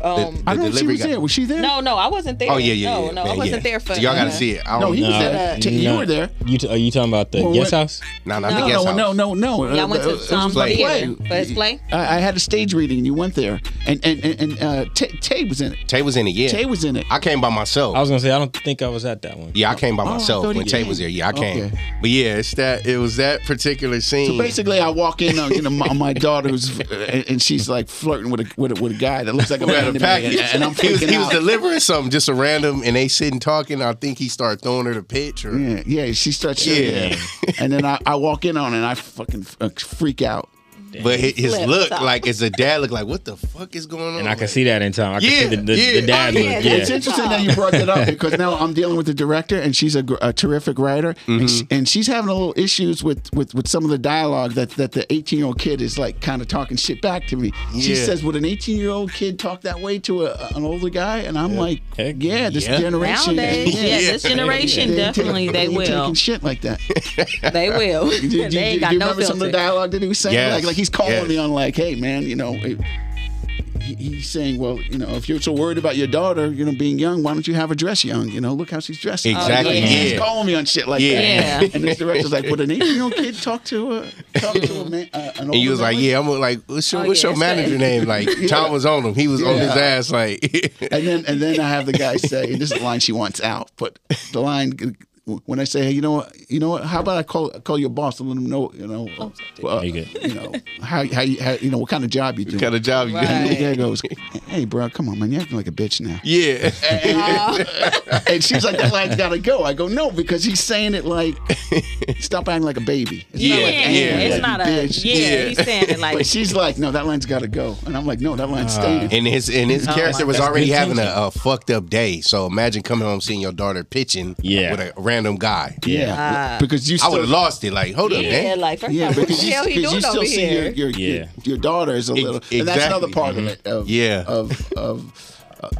Um,
I don't know if she
delivery
was
guy-
there. Was she there?
no, no, I wasn't there.
Oh yeah, yeah,
no,
yeah.
no, I
man,
wasn't
yeah.
there for.
So y'all gotta
uh,
see it. I
No,
don't,
he was
Nah,
there. T- you
nah.
were there.
You t- are you talking about the
Well,
guest
what-
house?
no, not the
No,
guest
no,
house.
no, no, no. Uh,
Y'all went
it
to
was
some
play.
theater for his play.
I, I had a stage reading. You went there, and and and, and uh, Tay, Tay was in it.
Tay was in it. Yeah,
Tay was in it.
I came by myself.
I was gonna say I don't think I was at that one.
yeah, I came by
Oh, I
myself
thought he
when Tay
came.
was there. Yeah, I came.
Okay.
But yeah, it's that. It was that particular scene.
So basically, I walk in on you know, my, my daughter who's and and she's like flirting with a with a, with a guy that looks like a
We had a
man to me, and,
package,
and I'm
he was,
freaking
he was
out.
delivering something, just a random, and they sitting talking. I think he started throwing her the pitch, or
Yeah, yeah, she starts.
Yeah.
Yeah, and then I, I walk in on it and I fucking uh, freak out.
but his, his
Flipped
look,
up.
like as a dad, look like what the fuck is going on?
And I can see that in time. I can
Yeah,
see the, the,
yeah.
the dad
Oh,
look.
yeah,
Yeah,
that's
It's interesting that you brought that up because now I'm dealing with the director, and she's a, gr- a terrific writer, and, she, and she's having a little issues with, with, with some of the dialogue that, that the 18 year old kid is like kind of talking shit back to me. She
Yeah.
says, "Would an 18 year old kid talk that way to a, an older guy?" And I'm like,
Heck
"Yeah, this
yeah.
generation,
Nowadays, yeah, this generation
They ain't
definitely
taking-
they
ain't
will.
taking shit like that."
They will.
Do, do,
They
do-
ain't
do
got
you
no
remember some of the
filter.
dialogue that he was saying?
Yes.
Like, like he's calling
Yes.
me on, like, hey, man, you know, it- he, he's saying, well, you know, if you're so worried about your daughter, you know, being young, why don't you have her dress young? You know, look how she's dressed.
Exactly,
Like,
yeah.
He's calling me on shit like
Yeah.
that.
Yeah.
And this director's like, would an 18 year old kid talk to a, talk to a man? Uh, an
and you
older
was like,
man?
"Yeah, I'm like, what's your
Oh,
what's
yeah,
your
it's
manager
that.
name?" Like Tom was on him. He was on his
Yeah.
ass. Like,
And then and then I have the guy say, and this is the line she wants out, but the line when I say, hey, you know what, you know what, how about I call call your boss and let him know, you know,
Oh.
uh,
You good.
you know how, how you how, you know what kind of job you do.
what kind of job you
And
Right.
the guy goes, hey, bro, come on, man, you're acting like a bitch now.
Yeah,
And she's like, that line's got to go. I go, no, because he's saying it like, stop acting like a baby. It's
Yeah,
not like, "Hey,
yeah.
like
it's
you
not a.
bitch."
Yeah, he's saying it like
But she's like, no, that line's got to go. And I'm like, no, that line's staying.
and his and his character was
That's
already
good
having a,
thinking.
a fucked up day. So imagine coming home seeing your daughter pitching
Yeah.
with a random guy.
yeah. because you
I
still.
would have lost it. Like, hold up, man.
Yeah, like first
Yeah,
off, what the
because you,
hell he
because you
doing over
still see
here?
your your,
Yeah.
your your daughter is a
Ex-
little, and that's another
exactly. Mm-hmm.
part of it. Of,
Yeah.
of of uh,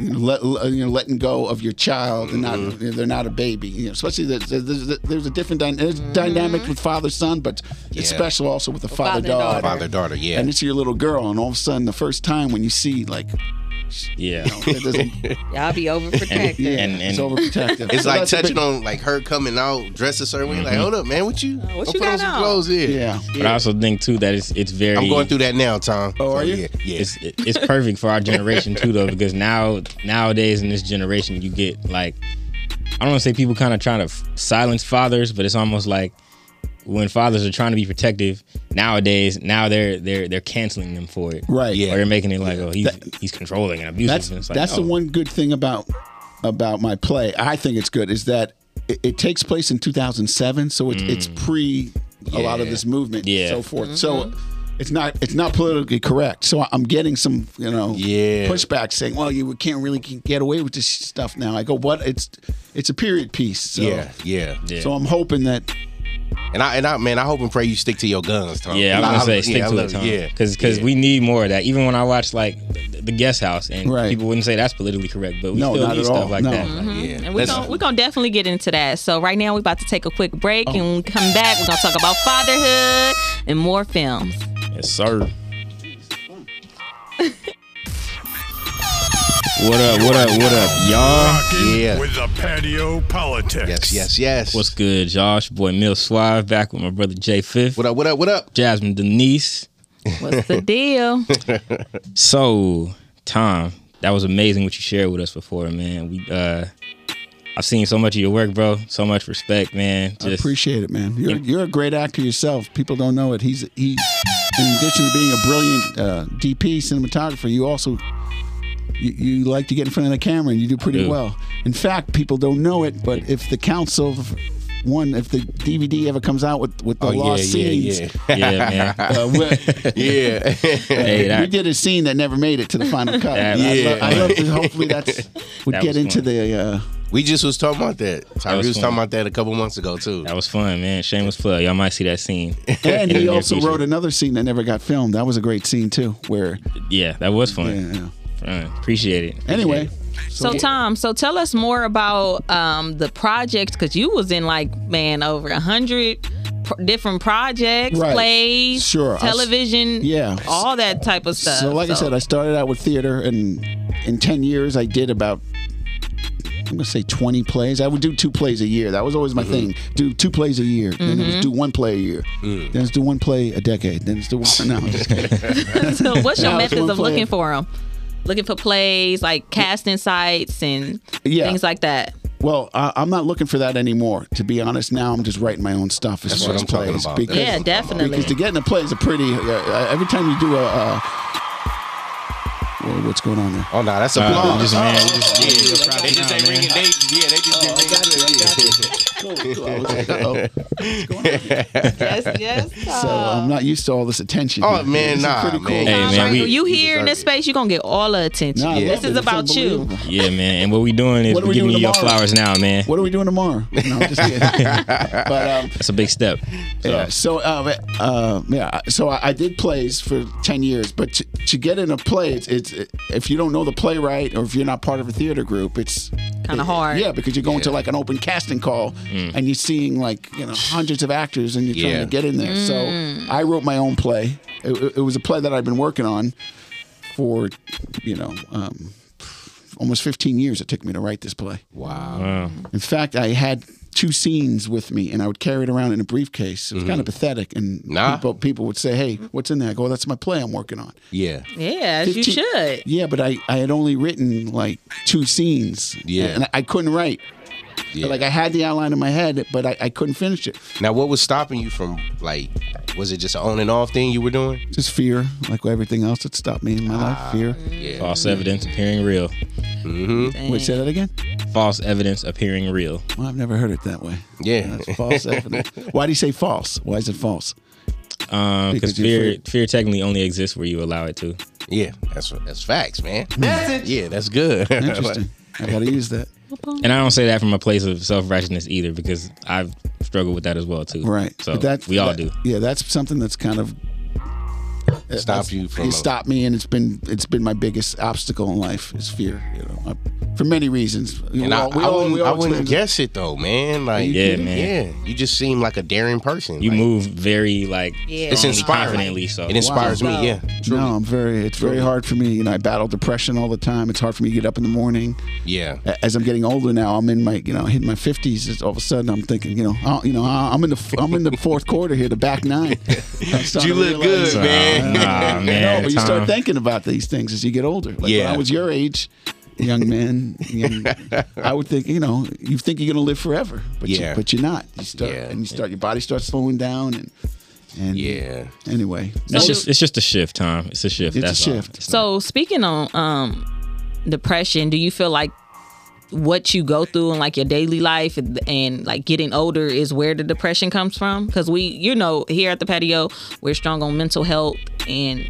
let, you know letting go of your child and not
Mm-hmm.
they're not a baby. You know, especially there's, there's, there's a different dyna- there's
Mm-hmm.
dynamic with father son, but it's
Yeah.
special also with the father
father and
daughter.
daughter.
Father daughter, yeah.
And it's your little girl, and all of a sudden, the first time when you see like dollars.
Yeah.
It doesn't-
Y'all be
And,
overprotected.
and, and
it's overprotective.
It's
So
like
that's a
touching
big-
on like her coming out dressed a certain way.
Mm-hmm.
Like, hold up, man, what you?
what
Go put
you got
on some
on?
clothes in.
Yeah.
but I also think too that it's it's very
I'm going through that now, Tom.
Oh, are you?
Yeah. yeah.
it's it- it's perfect for our generation too though because now nowadays in this generation you get like I don't want to say people kind of trying to f- silence fathers but it's almost like when fathers are trying to be protective nowadays now they're they're they're canceling them for it
Right.
or they're making it like oh he's he's controlling and abusive
That's
and it's like, oh.
that's the
no.
one good thing about about my play. I think it's good is that it, it takes place in 2007, so it, it's pre a lot
Mm.
of
Yeah.
this movement
Yeah.
and so forth. So it's not it's not politically correct. So I'm getting some you know
Yeah.
pushback saying, well, you can't really get away with this stuff now. I go, what? It's it's a period piece. So,
yeah, yeah,
Yeah.
So I'm hoping that
And I and I man, I hope and pray you stick to your guns, Tom.
Yeah, I'm
I-
gonna
I-
say stick
yeah, I
to it,
love-
Tom.
Yeah,
because we need more of that. Even when I watch like the, the Guest House, and
Right.
people wouldn't say that's politically correct, but we
No,
still
not
need
at
stuff
all.
like
No. Mm-hmm.
that.
yeah. yeah.
And we're
That's-
gonna, we're gonna definitely get into that. So right now we're about to take a quick
Oh.
break and when we come back, we're gonna talk about fatherhood and more films.
Yes, sir. what up? What up? What up, y'all?
Rocking
Yeah.
with the patio politics.
yes, yes, yes.
What's good, Josh? Boy, Mill Suave back with my brother J Fifth,
What up? What up? What up?
Jasmine Denise.
What's the deal?
So, Tom, that was amazing what you shared with us before, man. We uh, I've seen so much of your work, bro. So much respect, man. Just,
I appreciate it, man. You're, you're a great actor yourself. People don't know it. He's he, in addition to being a brilliant uh, DP cinematographer, you also you, you like to get in front of the camera and you do pretty
do.
well. In fact, people don't know it, but if the council one, if the DVD ever comes out with with the
Oh, yeah,
lost scenes.
yeah, yeah,
Yeah, man.
uh, we,
yeah.
Hey,
we
that,
did a scene that never made it to the final cut.
That-
I,
Yeah.
love, I love to, hopefully that's we
That
get
was
into
fun.
the uh,
we just was talking about that. Tyree
was
was, talking
fun.
about that a couple months ago too.
that was fun, man. Shameless plug. Y'all might see that scene.
and
In the
he
near
also
future.
wrote another scene that never got filmed. That was a great scene too, where
Yeah, that was fun.
yeah.
Fun. Appreciate it.
Anyway,
So Tom, so tell us more about um, the project because you was in like man over a hundred pr- different projects,
Right.
plays,
Sure. I s-
television,
yeah.
all that type of stuff.
so like I said, I started out with theater, and in ten years, I did about I'm gonna say twenty plays. I would do two plays a year. That was always my
Mm-hmm.
thing. Do two plays a year. Then it was do one play a year.
Mm.
Then it's do one play a decade. Then it's do one. No, I'm just kidding.
so what's your
Now it's
methods
one
of
player.
looking for them? Looking for plays like casting sites and
Yeah.
things like that.
well, I, I'm not looking for that anymore. To be honest, now I'm just writing my own stuff as
That's
far
what
as
I'm talking
plays
about.
because
Yeah,
Because to
definitely.
get in a play is a pretty. Uh, uh, every time you do a. Uh, whoa, what's going on there?
Oh no, that's a
Uh,
applause. Oh.
we just, man, we just, yeah, we just
They
propping
just
out,
ain't
man.
ringing. They yeah, they just didn't
Uh-oh. What's going on here?
yes, yes.
So uh, I'm not used to all this attention.
Oh,
here.
man,
This is
nah,
pretty
man.
Cool.
Hey,
Tom
man,
Franco,
we-
you
you
here in
deserve
this
it.
space, you're gonna get all the attention.
Nah, I
this
love it.
is
It's
about you.
unbelievable.
Yeah, man. And what we doing is
What are
we're
we
giving you
doing
your
tomorrow?
flowers now, man.
What are we doing tomorrow? No, I'm just kidding. but um,
That's a big step. So,
yeah, so uh, uh, yeah, so I, I did plays for ten years, but to, to get in a play, it's, it's if you don't know the playwright or if you're not part of a theater group, it's
Kinda hard.
Yeah, because you're going to like an open casting call and you're seeing like you know hundreds of actors and you're trying
Yeah.
to get in there. So I wrote my own play. It, it- it was a play that I've been working on for you know um, almost 15 years. It took me to write this play.
wow.
In fact, I had two scenes with me, and I would carry it around in a briefcase. It was kind of pathetic, and
Nah.
people, people would say, "Hey, what's in there?" I go, "That's my play I'm working on."
Yeah,
Yeah, as you
15
should.
Yeah, but I, I had only written like two scenes.
Yeah.
and I, I couldn't write.
yeah.
Like I had the outline in my head, but I, I couldn't finish it.
now, what was stopping you from like? Was it just an on and off thing you were doing?
Just fear, like everything else that stopped me in my life. Fear.
Yeah.
False evidence appearing real.
Wait, say that again.
False evidence appearing real.
Well, I've never heard it that way.
Yeah.
That's false evidence. Why do you say false? Why is it false?
Um, because
Because you're
fear,
free.
fear technically only exists where you allow it to.
Yeah, that's that's facts, man. Message. Yeah, that's good.
Interesting. I gotta use that.
And I don't say that from a place of self righteousness either, because I've struggled with that as well too.
Right.
So
But that-
we all
that-
do.
Yeah, that's something that's kind of uh,
Stop you from
it stopped me, and it's been it's been my biggest obstacle in life is fear. You know, I, for many reasons.
And I, I wouldn't, I wouldn't guess it though, man. Like,
Yeah, man.
yeah, you just seem like a daring person.
You
Like,
move very like
Yeah.
It's
strongly,
inspiring.
confidently. So
It inspires
Wow.
me. Yeah, truly.
No, I'm very. It's very hard for me. You know, I battle depression all the time. It's hard for me to get up in the morning.
Yeah,
A- As I'm getting older now, I'm in my, you know, hitting my 50s. It's all of a sudden, I'm thinking, you know, I, you know, I- I'm in the, f- I'm in the fourth quarter here, the back nine. I'm starting
You
to
look
realize-
good, man.
Nah, Ah, man.
no, but you start
Tom.
thinking about these things as you get older. Like
Yeah.
when I was your age, young man, young, I would think, you know, you think you're gonna live forever, but
Yeah.
you, but you're not. You start
Yeah.
and you start your body starts slowing down and and
yeah.
Anyway,
It's
No,
just it's just a shift, Tom. It's a shift.
It's a
That's all.
shift.
It's
So speaking on um depression, do you feel like what you go through in like your daily life and, and like getting older is where the depression comes from? Because we, you know, here at the patio, we're strong on mental health and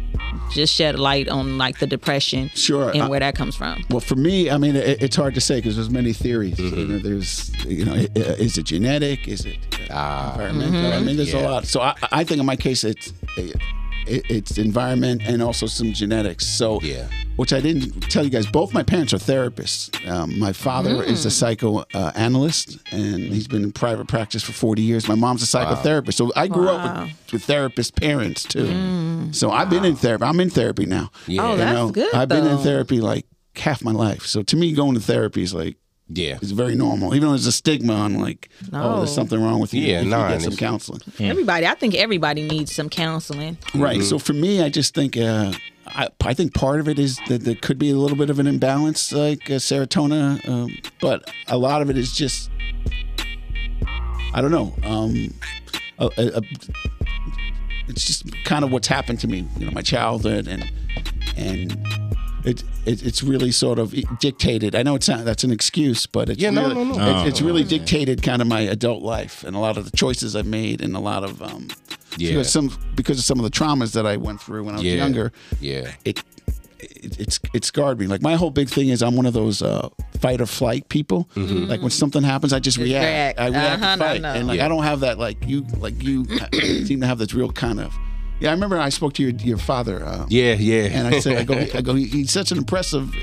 just shed light on like the depression,
Sure,
and
I-
where that comes from.
Well, for me, I mean, it, it's hard to say because there's many theories.
Mm-hmm.
You know, there's, you know, i- i- is it genetic? Is it uh, environmental? I mean, there's
Ah, mm-hmm. Yeah.
a lot. So I, I think in my case, it's it, it's environment and also some genetics. So
Yeah.
which I didn't tell you guys. Both my parents are therapists. Um, my father
Mm.
is a psychoanalyst, uh, analyst, and he's been in private practice for 40 years. My mom's a psychotherapist. So I grew up
Wow.
with, with therapist parents too. So I've been in therapy. I'm in therapy now.
Yeah.
Oh,
You
that's
know,
good.
I've been
though.
in therapy like half my life. So to me, going to therapy is like
Yeah.
it's very normal. Even though there's a stigma on like, oh, there's
No.
something wrong with you.
Yeah,
if you
nah,
get
and
some
it's-
counseling.
Everybody, I think everybody needs some counseling.
Right. So for me, I just think uh, I, I think part of it is that there could be a little bit of an imbalance, like uh, serotonin, um, but a lot of it is just I don't know. Um, a, a, a, it's just kind of what's happened to me, you know, my childhood and and. It, it, it's really sort of dictated. I know it's not that's an excuse, but it's
Yeah, no,
really,
no, no.
It's, it's really dictated kind of my adult life and a lot of the choices I've made and a lot of um,
Yeah.
because some because of some of the traumas that I went through when I was
Yeah.
younger,
Yeah.
it, it it's it scarred me. Like my whole big thing is I'm one of those uh, fight or flight people.
Mm-hmm.
Like when something happens, I just
react.
react. I react
Uh-huh,
and
no,
fight,
no.
and like
Yeah.
I don't have that like you like you seem to have this real kind of. Yeah, I remember I spoke to your your father. Um,
Yeah. Yeah.
and I said, I go, I go. He, he's such an impressive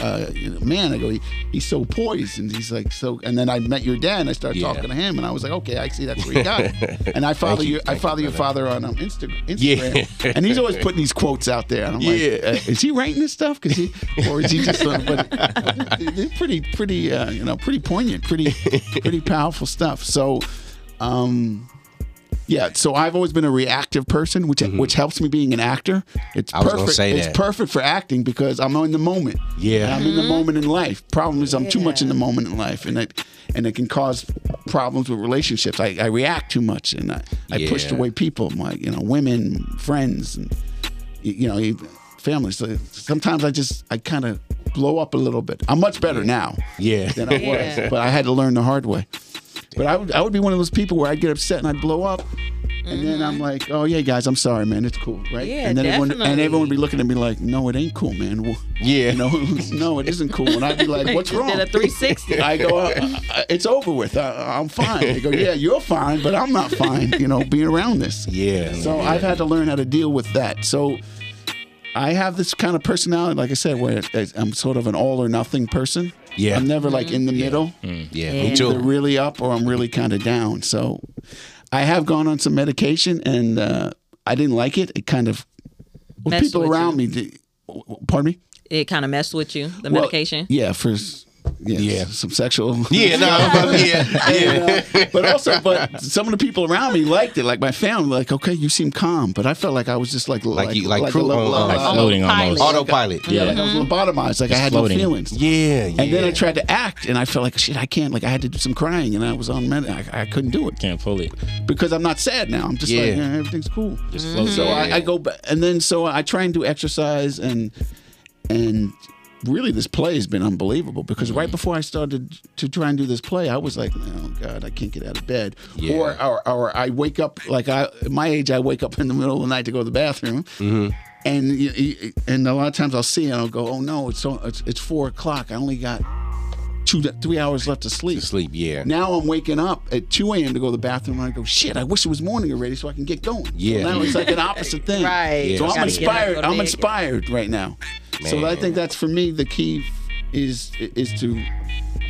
uh, you know, man. I go, he, he's so poised, and he's like so. And then I met your dad, and I started
Yeah.
talking to him, and I was like, okay, I see that's where he got it. And I follow
you.
your, I
Thank
follow
you,
your father on um, Insta-
Yeah.
Instagram, and he's always putting these quotes out there. And I'm like,
Yeah.
uh, is he writing this stuff? Cause he, or is he just? Uh, but they're pretty, pretty, uh, you know, pretty poignant, pretty, pretty powerful stuff. So. Um, yeah, so I've always been a reactive person, which which helps me being an actor. It's
Mm-hmm. I was gonna
perfect.
say
it's
that.
perfect for acting because I'm in the moment.
Yeah.
And I'm in the moment in life. Problem is, I'm too much in the moment in life, and it and it can cause problems with relationships. I, I react too much, and I, I pushed
Yeah.
away people, my you know, women, friends, and y- you know, even family. So sometimes I just I kind of blow up a little bit. I'm much better now
yeah.
than I was, but I had to learn the hard way. But I would, I would be one of those people where I'd get upset and I'd blow up. And then I'm like, oh yeah, guys, I'm sorry, man. It's cool, right?
Mm-hmm. Yeah,
and then everyone and
definitely.
everyone would be looking at me like, no, it ain't cool, man. Well,
Yeah.
you know, no, it isn't cool. And I'd be like, what's
Just
wrong?
did a 360.
I go, uh, uh, it's over with. I, I'm fine. They go, yeah, you're fine, but I'm not fine. You know, being around this.
Yeah.
So I've had to learn how to deal with that. So I have this kind of personality, like I said, where I- I'm sort of an all or nothing person.
Yeah. Mm-hmm.
I'm never like in the middle.
yeah.
I'm
Me
either
too.
really up or I'm really kind of down. So I have gone on some medication and uh, I didn't like it. It kind of, well,
Messed
people
with
around me, did- pardon me?
It kind of messed with you, the
Well,
medication.
yeah, for s- yeah,
Yeah.
s- some sexual.
Yeah. No. I'm- yeah. Yeah.
but also, but some of the people around me liked it. Like my family, like, okay, you seem calm, but I felt like I was just like
Like you- like
a
cru-
lo-
on-
lo-
on-
like
lo-
floating almost.
Autopilot.
yeah,
Yeah.
like I was lobotomized. Like I had
floating.
no feelings.
Yeah. Yeah.
And then I tried to act, and I felt like shit. I can't. Like I had to do some crying, and I was on med. I, I couldn't do it
Can't pull it.
because I'm not sad now. I'm just
Yeah.
like eh, everything's cool.
Just float.
So I, I go back, and then so I try and do exercise, and and really this play has been unbelievable because right before I started to try and do this play, I was like, oh god, I can't get out of bed,
Yeah.
or, or or I wake up like I at my age, I wake up in the middle of the night to go to the bathroom. And you- you- and a lot of times I'll see and I'll go, oh no, it's so, it's, it's four o'clock. I only got two to three hours left to sleep.
Sleep. Yeah.
Now I'm waking up at 2 a.m. to go to the bathroom, and I go, shit, I wish it was morning already so I can get going.
Yeah.
So now it's like an opposite thing.
Right.
So
Yeah.
I'm
Gotta get up,
inspired.
go to
I'm
bed.
inspired right now. So
Man.
I think that's for me the key is is to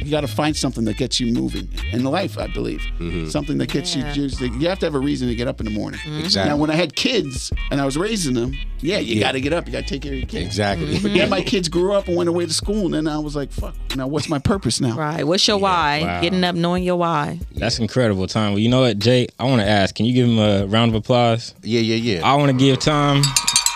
you got to find something that gets you moving in life. I believe
Mm-hmm.
something that gets
Yeah.
you just. You have to have a reason to get up in the morning.
Mm-hmm.
Exactly.
Now, when I had kids and I was raising them, yeah, you
Yeah.
got to get up. You got to take care of your kids.
Exactly.
But then my kids grew up and went away to school, and then I was like, "Fuck! Now what's my purpose now?"
Right. What's your why?
wow.
Getting up, knowing your why.
That's incredible, Tom. Well, you know what, Jay? I want to ask. Can you give him a round of applause?
Yeah, yeah, yeah.
I want to give Tom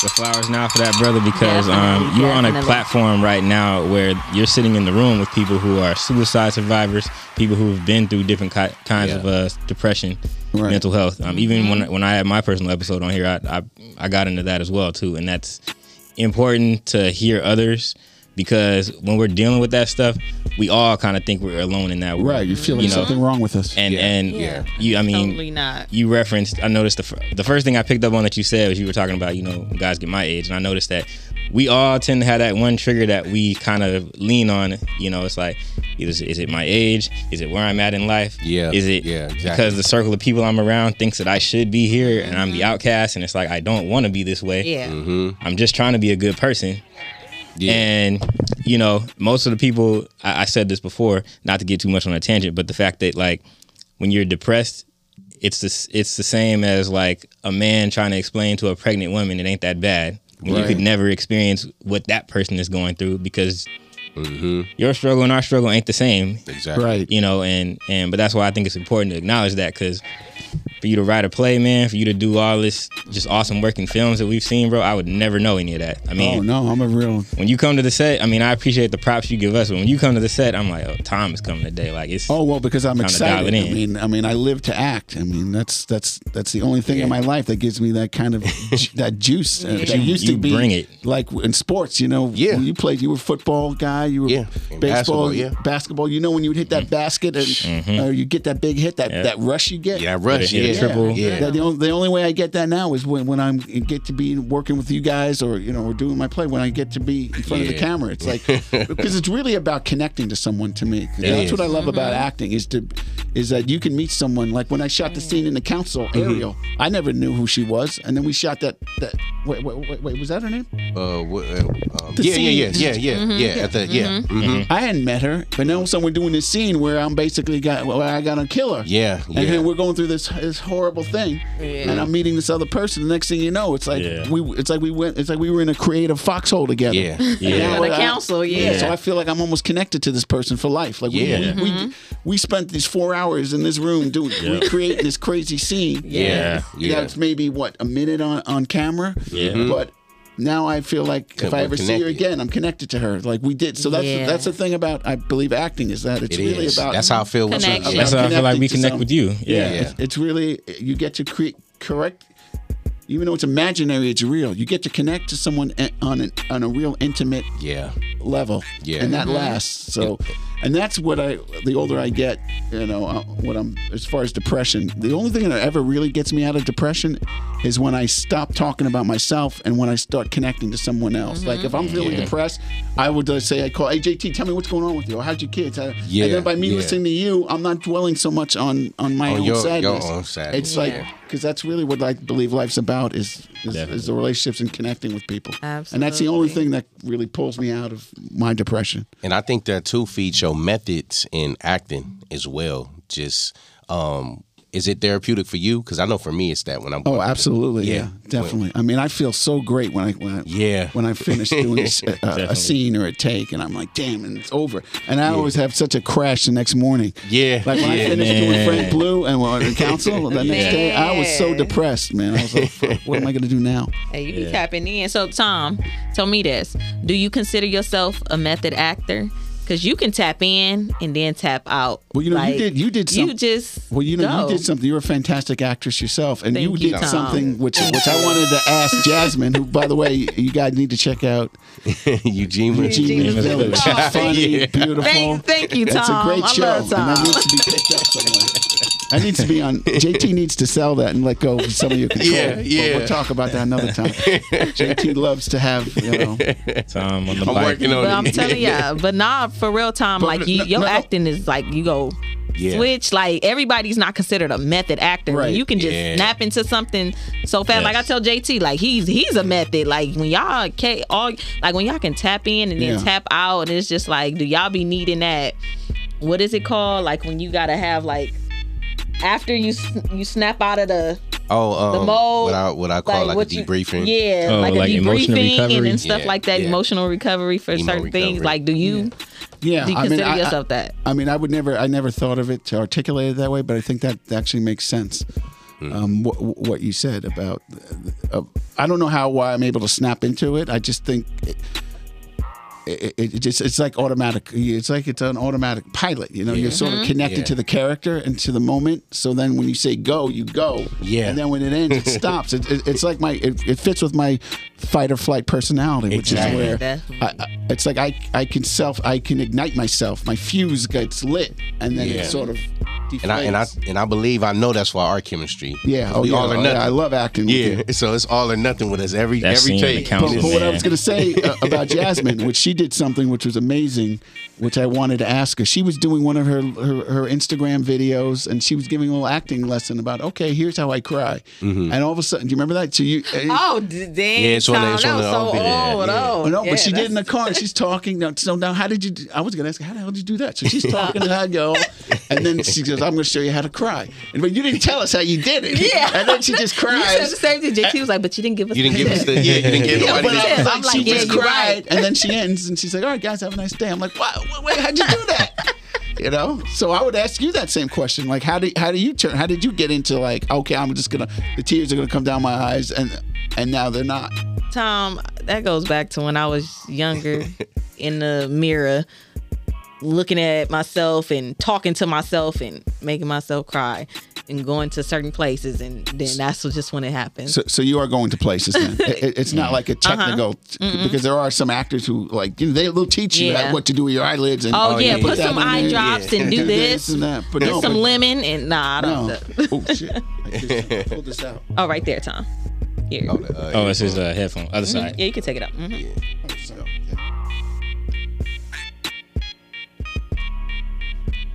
the flowers now for that brother because um,
Definitely,
you're on a
definitely.
platform right now where you're sitting in the room with people who are suicide survivors, people who have been through different ki- kinds of
Yeah.
uh, depression,
Right.
mental health. Um, Even
Mm-hmm.
when when I had my personal episode on here, I, I I got into that as well too, and that's important to hear others because when we're dealing with that stuff, we all kind of think we're alone in that world.
Right, you feel like
You know,
something wrong with us.
and
Yeah.
and
Yeah.
you, I mean,
Totally not.
you referenced i noticed the, fir- the first thing i picked up on that you said was you were talking about you know guys get my age and i noticed that we all tend to have that one trigger that we kind of lean on you know it's like is, is it my age is it where i'm at in life
Yeah,
is it
yeah, exactly.
because the circle of people i'm around thinks that i should be here and i'm the outcast and it's like i don't want to be this way
Yeah.
i'm just trying to be a good person
Yeah.
and you know, most of the people I, I said this before, not to get too much on a tangent, but the fact that like when you're depressed, it's this, it's the same as like a man trying to explain to a pregnant woman it ain't that bad. When You
Right.
could never experience what that person is going through because your struggle and our struggle ain't the same
exactly.
Right.
you know and and but that's why i think it's important to acknowledge that because for you to write a play man for you to do all this just awesome work in films that we've seen bro i would never know any of that i mean
Oh no, I'm a real.
when you come to the set, I mean, I appreciate the props you give us, but when you come to the set, I'm like, oh, Tom is coming today. Like it's
Oh well, because I'm
Time to dial
excited.
it
I
in.
mean, I mean, I live to act. I mean, that's that's that's the only thing in my life that gives me that kind of ju- that juice. uh, that used
you
to be
bring it.
like in sports. You know,
Yeah.
when you played. You were a football guy. You were
Yeah.
baseball,
And basketball, yeah.
basketball. You know, when you would hit
Mm.
that basket and
Mm-hmm.
or you get that big hit, that that rush you get.
Yeah, that rush.
Yeah,
Yeah.
triple.
Yeah.
That the, only, the only way I get that now is when, when I'm get to be working with you guys or you know or doing my play when I get to be in front of the
Yeah.
camera. It's like because it's really about connecting to someone to me. That's
is.
what I love about acting is to is that you can meet someone. Like when I shot the scene in the council,
Mm-hmm.
Ariel, I never knew who she was, and then we shot that that wait wait wait, wait was that her name?
Uh, what, uh, um,
The
yeah, yeah, yeah,
scenes.
yeah, yeah,
Mm-hmm.
yeah. At the yeah, mhm.
I hadn't met her, but now someone doing this scene where I'm basically got well, I got to kill her.
yeah,
And
yeah.
then we're going through this this horrible thing,
Yeah.
and I'm meeting this other person. The next thing you know, it's like
Yeah.
we it's like we went it's like we were in a creative foxhole together.
Yeah.
And
Yeah.
now
The
I-
council, yeah.
So I feel like I'm almost connected to this person for life. Like we
Yeah.
we, we,
Mm-hmm.
we spent these four hours in this room doing recreating this crazy scene.
Yeah. Yeah.
that's maybe what a minute on on camera.
Yeah.
but. Now I feel like if
We're
I ever see her
connected.
again, I'm connected to her. Like we did. So that's
Yeah.
that's the thing about I believe acting is that it's
It
really
is.
about
That's how I feel. with you.
Connection.
that's how I feel like we
connecting to
connect
some-
with you.
yeah,
Yeah.
Yeah.
It's, it's really you get to create correct. Even though it's imaginary, it's real. You get to connect to someone a- on an, on a real intimate
Yeah.
level,
Yeah. Mm-hmm.
and that lasts. So, and that's what I. The older I get, you know, uh, what I'm as far as depression. The only thing that ever really gets me out of depression is when I stop talking about myself and when I start connecting to someone else. Like if I'm
Mm-hmm.
feeling depressed, I would uh, say I call hey JT, tell me what's going on with you. Or how's your kids? How-"
Yeah,
And then by me
yeah.
listening to you, I'm not dwelling so much on on my
On
own
your- your
sadness.
own sadness,
It's like because that's really what I believe life's about is is, is
Definitely.
the relationships and connecting with people. And that's the only
Absolutely.
thing thing that really pulls me out of my depression.
And I think that too feeds your methods in acting as well. Just um, is it therapeutic for you? Because I know for me, it's that when I'm
Oh, absolutely, yeah,
Yeah.
definitely. I mean, I feel so great when I when I,
Yeah.
when I finish doing uh, a, a- a scene or a take, and I'm like, damn, and it's over. And I always have such a crash the next morning.
Yeah.
like when I
Yeah,
finished doing
man.
Frank Blue and well, the council the next day, I was so
Man.
depressed, man. I was like, "Fuck, what am I gonna do now?
Hey, you be tapping in. So, Tom, tell me this: Do you consider yourself a method actor? Because you can tap in and then tap out.
Well, you know,
Like,
you did you did some,
You just
Well, you know,
go.
you did something. You're a fantastic actress yourself, and
Thank
you
you,
did
Tom.
something which which I wanted to ask Jasmine, who, by the way, you guys need to check out.
Eugene,
Eugene
Eugene
Village.
Village.
She's funny, beautiful.
Thank, thank you, Tom.
It's a great
I
show.
love
and that
Tom.
needs to be picked up somewhere. I need to be on. JT needs to sell that and let go of some of your control.
Yeah,
But
yeah.
we'll talk about that another time. JT loves to have, you know.
Tom on the
I'm
bike.
working on
But I'm
it.
telling ya, but nah, for real, Tom,
But
like you,
no-
your
no, no.
acting is like you go
Yeah.
switch. Like everybody's not considered a method actor. when
Right.
You can just
Yeah.
snap into something so fast. Like I
Yes.
tell JT, like he's he's a method. Like when y'all can all like when y'all can tap in and then
Yeah.
tap out, and it's just like, do y'all be needing that? What is it called? Like when you gotta have like after you s- you snap out of the
Oh, um,
the mold.
what I what I call like,
what
a
you-
debriefing.
yeah,
Oh,
like a
like emotional
debriefing and,
recovery?
and stuff
Yeah,
like that.
yeah.
Emotional recovery for
Emo
certain things.
recovery.
Like, do you
Yeah,
do you
I mean,
consider
I, I,
yourself that?
I mean, I would never, I never thought of it to articulate it that way, but I think that actually makes sense.
Hmm.
Um, what, what you said about, uh, I don't know how why I'm able to snap into it. I just think it, it, it just it's like automatic. It's like it's an automatic pilot. You know, you're sort of connected
Yeah.
to the character and to the moment. So then when you say go, you go.
Yeah.
And then when it ends, it stops. It, it, it's like my it, it fits with my fight or flight personality, which
Exactly.
is where. I, I, it's like I, I can self I can ignite myself. My fuse gets lit, and then
Yeah.
it sort of deflates.
And I and I and I believe I know that's why our chemistry.
yeah, oh,
we
yeah,
all or
oh, yeah,
nothing.
I love acting. with
Yeah,
you.
so it's all or nothing with us every
That
every
scene in the
take.
council,
But, but what I
man.
was going to say uh, about Jasmine, which she did something which was amazing, which I wanted to ask her. She was doing one of her, her, her Instagram videos, and she was giving a little acting lesson about, okay, here's how I cry.
Mm-hmm.
And all of a sudden, do you remember that? So you, uh,
Oh, d- damn.
Yeah, it's one of the-
Tom,
it's
that
one
was
of the
so
old video. Yeah,
old.
yeah.
oh,
Oh, no,
yeah,
but she did in
that's-
the car. And she's talking. Now, so now, how did you? Do, I was gonna ask, her, how the hell did you do that? So she's talking to her girl, and then she goes, "I'm gonna show you how to cry." And but you didn't tell us how you did it.
Yeah.
And then she just
You said the
cries.
same thing. JT was like, but you didn't give us.
You didn't give us the yeah, you didn't give
Yeah,
nobody
but I
uh,
this.
was
I'm
like, she
like, yeah,
just
you're
cried,
right.
and then she ends, and she's like, "All right, guys, have a nice day." I'm like, "Wow, wait, how'd you do that?" You know. So I would ask you that same question, like, "How do how do you turn? How did you get into like, okay, I'm just gonna the tears are gonna come down my eyes, and and now they're not."
Tom, that goes back to when I was younger in the mirror, looking at myself and talking to myself and making myself cry and going to certain places. And then that's just when it happens.
So, so you are going to places then. It- it- it's not like a
Uh-huh.
technical because there are some actors who like you know, they will teach you
Yeah.
what to do with your eyelids and
oh, yeah,
yeah,
put
yeah.
some
That
eye
one,
drops and do this.
and that. But
Get
no,
some
but-
lemon and nah, I don't.
No. oh shit! I just pulled this out.
Oh, right there, Tom. Here.
Oh, the, uh,
Oh, it's his uh, headphone. Other side.
Yeah, you can take it up. Mhm.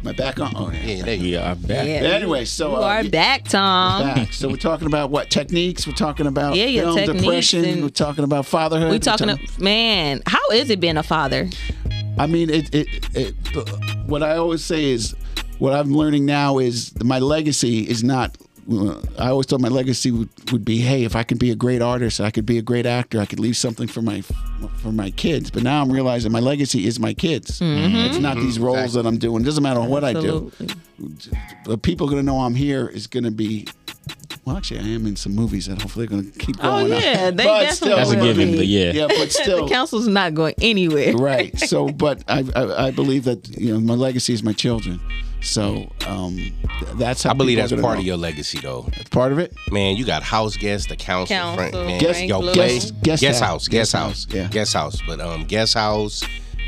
My back on. Oh, yeah.
yeah, there you
We
go.
are back.
Yeah.
Anyway, so
You
uh,
are
yeah,
back, Tom.
back. So we're talking about what techniques? We're talking about
Yeah, your
film
techniques
depression.
and-
We're talking about fatherhood.
We
We're
talking, to, man. How is it being a father?
I mean, it, it, it, what I always say is, what I'm learning now is my legacy is not. uh, I always thought my legacy would, would be, hey, if I could be a great artist, I could be a great actor, I could leave something for my for my kids. But now I'm realizing my legacy is my kids.
Mm-hmm.
It's not
Mm-hmm.
these roles that I'm doing. It doesn't matter what I
Absolutely.
do. The people gonna know I'm here is gonna be. Well, actually, I am in some movies that hopefully are gonna keep
Oh,
going. up.
yeah, they
But
definitely
still-
That's a
will
given,
be.
but yeah.
Yeah, but still,
the council's not going anywhere.
right so but I, I i believe that you know my legacy is my children so um th- that's how
I believe
people
that's
are gonna
part
know.
of your legacy though.
part of it
Man, you got house guests, the council,
Council,
front, man.
Guest-
yo,
Frank
place,
Blue.
guest,
Guest house.
house, guest house,
yeah.
guest house. But um, guest house,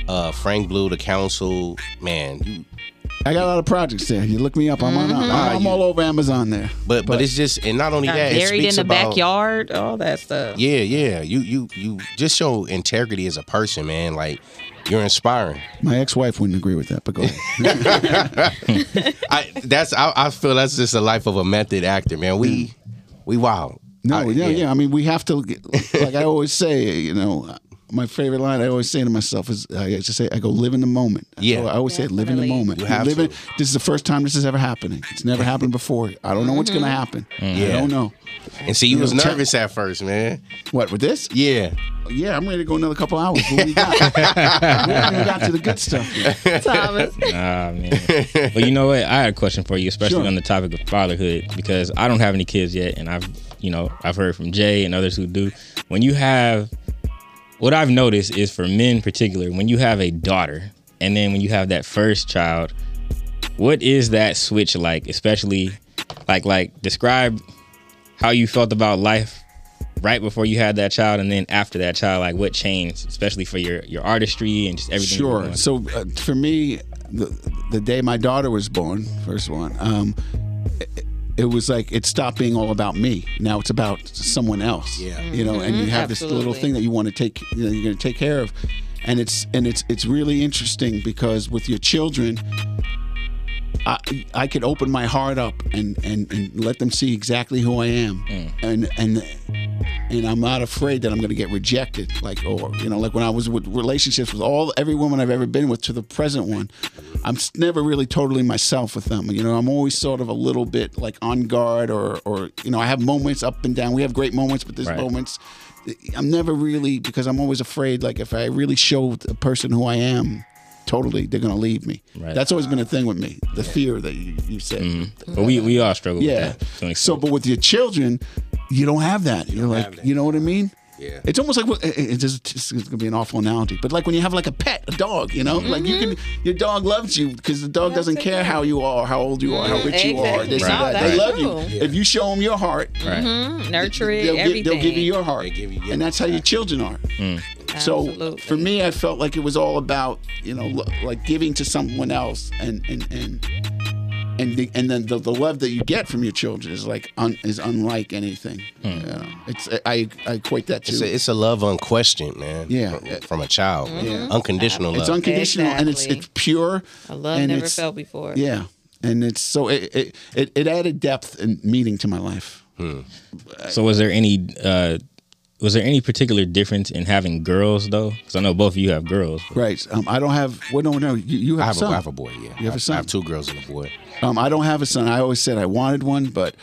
uh, Frank Blue, the council, man. You,
i got a lot of projects there you look me up i'm on I'm,
Ah,
I'm
you-
all over amazon there
but, but it's just, and not only
Got
that, it
buried in
speaks
the
about
backyard, all that stuff.
Yeah, yeah. You, you, you just show integrity as a person, man. Like you're inspiring.
my ex-wife wouldn't agree with that but go ahead
I that's I, I feel that's just the life of a method actor, man. We we wild.
Mm. No,
I-
yeah, yeah, I mean, we have to, get- like I always say, you know, my favorite line I always say to myself is, I just say, I go, live in the moment. That's
Yeah.
what I always say, live in the
Definitely.
moment.
You have
live in-
to.
this is the first time this is ever happening. It's never happened before. I don't know what's going to happen.
Yeah.
I don't know.
And see, you was
Yeah.
nervous at first, man.
What, with this?
Yeah,
Yeah, I'm ready to go another couple hours. What we got? we haven't even got to the good stuff. yet.
Thomas.
Ah man. but you know what? I had a question for you, especially
Sure.
on the topic of fatherhood, because I don't have any kids yet, and I've you know I've heard from Jay and others who do. When you have, what I've noticed is for men in particular, when you have a daughter, and then when you have that first child, what is that switch like? Especially, like like describe how you felt about life right before you had that child and then after that child like what changed especially for your your artistry and just everything you were
Sure.
doing?
So uh, for me, the, the day my daughter was born, first one, um, it, it was like it stopped being all about me. Now it's about someone else.
Yeah.
You know, and you have this little
absolutely.
thing that you want to take, you know, you're going to take care of, and it's and it's it's really interesting because with your children, I, I could open my heart up and, and, and let them see exactly who I am, and and and I'm not afraid that I'm going to get rejected. Like or you know, like when I was with relationships with all every woman I've ever been with to the present one, I'm s- never really totally myself with them. You know, I'm always sort of a little bit like on guard or or you know, I have moments up and down. We have great moments, but there's
Right.
moments. eh, I'm never really because I'm always afraid. Like if I really show the person who I am, totally, they're gonna leave me.
Right. Mm-hmm.
That's always been a thing with me. The fear that you, you said.
But we, we all struggle
Yeah.
with that. to an
So,
extent.
but with your children, you don't have that. You're like, you know what I mean?
Yeah.
It's almost like what- it- it- it's just it's gonna be an awful analogy, but like when you have like a pet, a dog, you know, like you can your dog Mm-hmm. loves you because the dog doesn't care how you are, how old you are, how rich you are.
Exactly.
This
Right.
and that.
No,
They
that's
love
true.
you if you show them your heart.
right.
mm, Nurture it,
They'll,
everything.
give, they'll give you your heart,
They give you- yeah,
and that's how your children are.
Mm.
So
Absolutely.
for me, I felt like it was all about you know lo- like giving to someone else, and and and and the, and then the, the love that you get from your children is like un, is unlike anything. You know, it's I I equate that to
Hmm. It's a, it's a love unquestioned, man.
Yeah.
From, from a child. Unconditional
it's
love.
unconditional and it's
Exactly.
it's pure.
A love
and
never
it's-
felt before.
Yeah, and it's so it it, it, it added depth and meaning to my life.
So was there any uh was there any particular difference in having girls though? Because I know both of you have girls. but-
Right. Um, I don't have. Well, no, no. You, you
I have,
have,
a,
some.
I have a boy, yeah.
You have a son.
I have two girls and a boy.
Um, I don't have a son. I always said I wanted one, but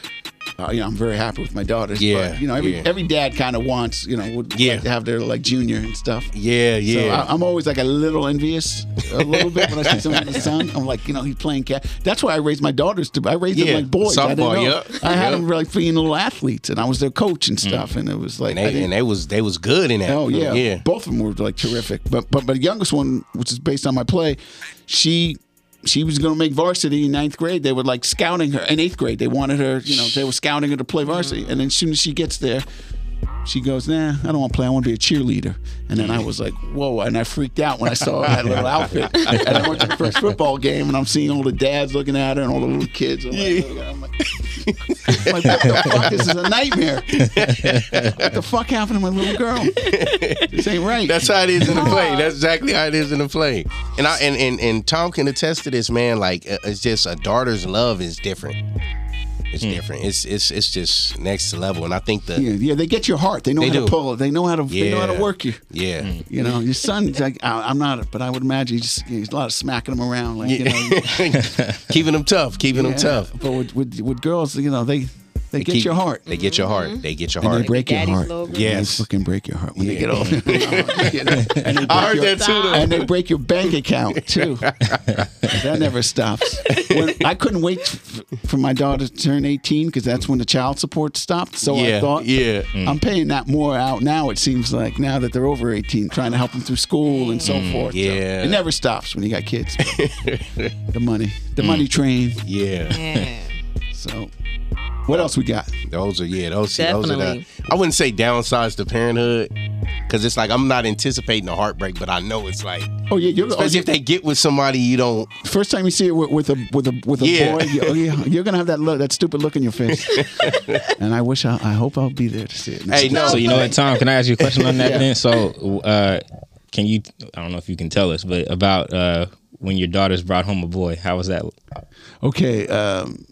uh, you know, I'm very happy with my daughters.
Yeah,
but, you know, every
yeah.
every dad kind of wants, you know, would
Yeah.
like to have their like junior and stuff.
Yeah,
So
yeah.
I, I'm always like a little envious, a little bit when I see someone with a son. I'm like, you know, he's playing cat. That's why I raised my daughters to. I raised
Yeah,
them like boys. I,
softball,
didn't know.
yup,
I had
yup.
them like being little athletes, and I was their coach and stuff. And it was like,
Mm. and,
I
they,
didn't-
and they was they was good in that.
Oh yeah,
yeah.
Both of them were like terrific. But but but the youngest one, which is based on my play, she she was going to make varsity in ninth grade. They were like scouting her in eighth grade. They wanted her, you know, they were scouting her to play varsity. And then as soon as she gets there. She goes, nah, I don't want to play. I want to be a cheerleader. And then I was like, whoa. And I freaked out when I saw her in that little outfit. And I went to the first football game and I'm seeing all the dads looking at her and all the little kids. I'm like, "Oh, I'm like, I'm like, what the fuck? This is a nightmare. what the fuck happened to my little girl? This ain't right.
That's how it is in the play. That's exactly how it is in the play. And I and and, and Tom can attest to this, man. Like uh, it's just a daughter's love is different. It's
Hmm.
different. It's it's it's just next level. And I think the
yeah,
yeah,
yeah. They get your heart. They know
They
how
do.
to pull it. They know how to. They know how
Yeah.
to work you. You know, your son's like I, I'm not, but I would imagine he's, just, he's a lot of smacking them around, like you know, Hmm.
keeping them tough, keeping them tough.
But with, with with girls, you know, they they, get
keep-
your heart.
They get your heart. They get your
and
heart.
they break your
Daddy's
heart.
little girl.
Yes.
They fucking break your heart when
Yeah.
they get older. and they
I heard
break your-
that too. Though.
and they break your bank account too. that never stops. When, I couldn't wait f- for my daughter to turn 18 because that's when the child support stopped. So
yeah,
I thought, "Hmm,
yeah.
I'm paying that more out now. It seems like now that they're over 18, trying to help them through school and so forth. So
Hmm, yeah.
it never stops when you got kids. the money, the
Hmm.
money train.
Yeah,
So, what else we got?
those are yeah, those those are the.
Definitely.
I wouldn't say downsides to parenthood, because it's like I'm not anticipating a heartbreak, but I know it's like
Oh yeah, you're oh,
especially if they get with somebody you don't
first time you see it with, with a with a with a
Yeah.
boy. You, oh, yeah, you're gonna have that look, that stupid look in your face. and I wish I, I hope I'll be there to see it.
Hey, no.
So you know what, Tom? Can I ask you a question on that then? So uh can you I don't know if you can tell us, but about uh when your daughters brought home a boy, how was that?
okay. Um,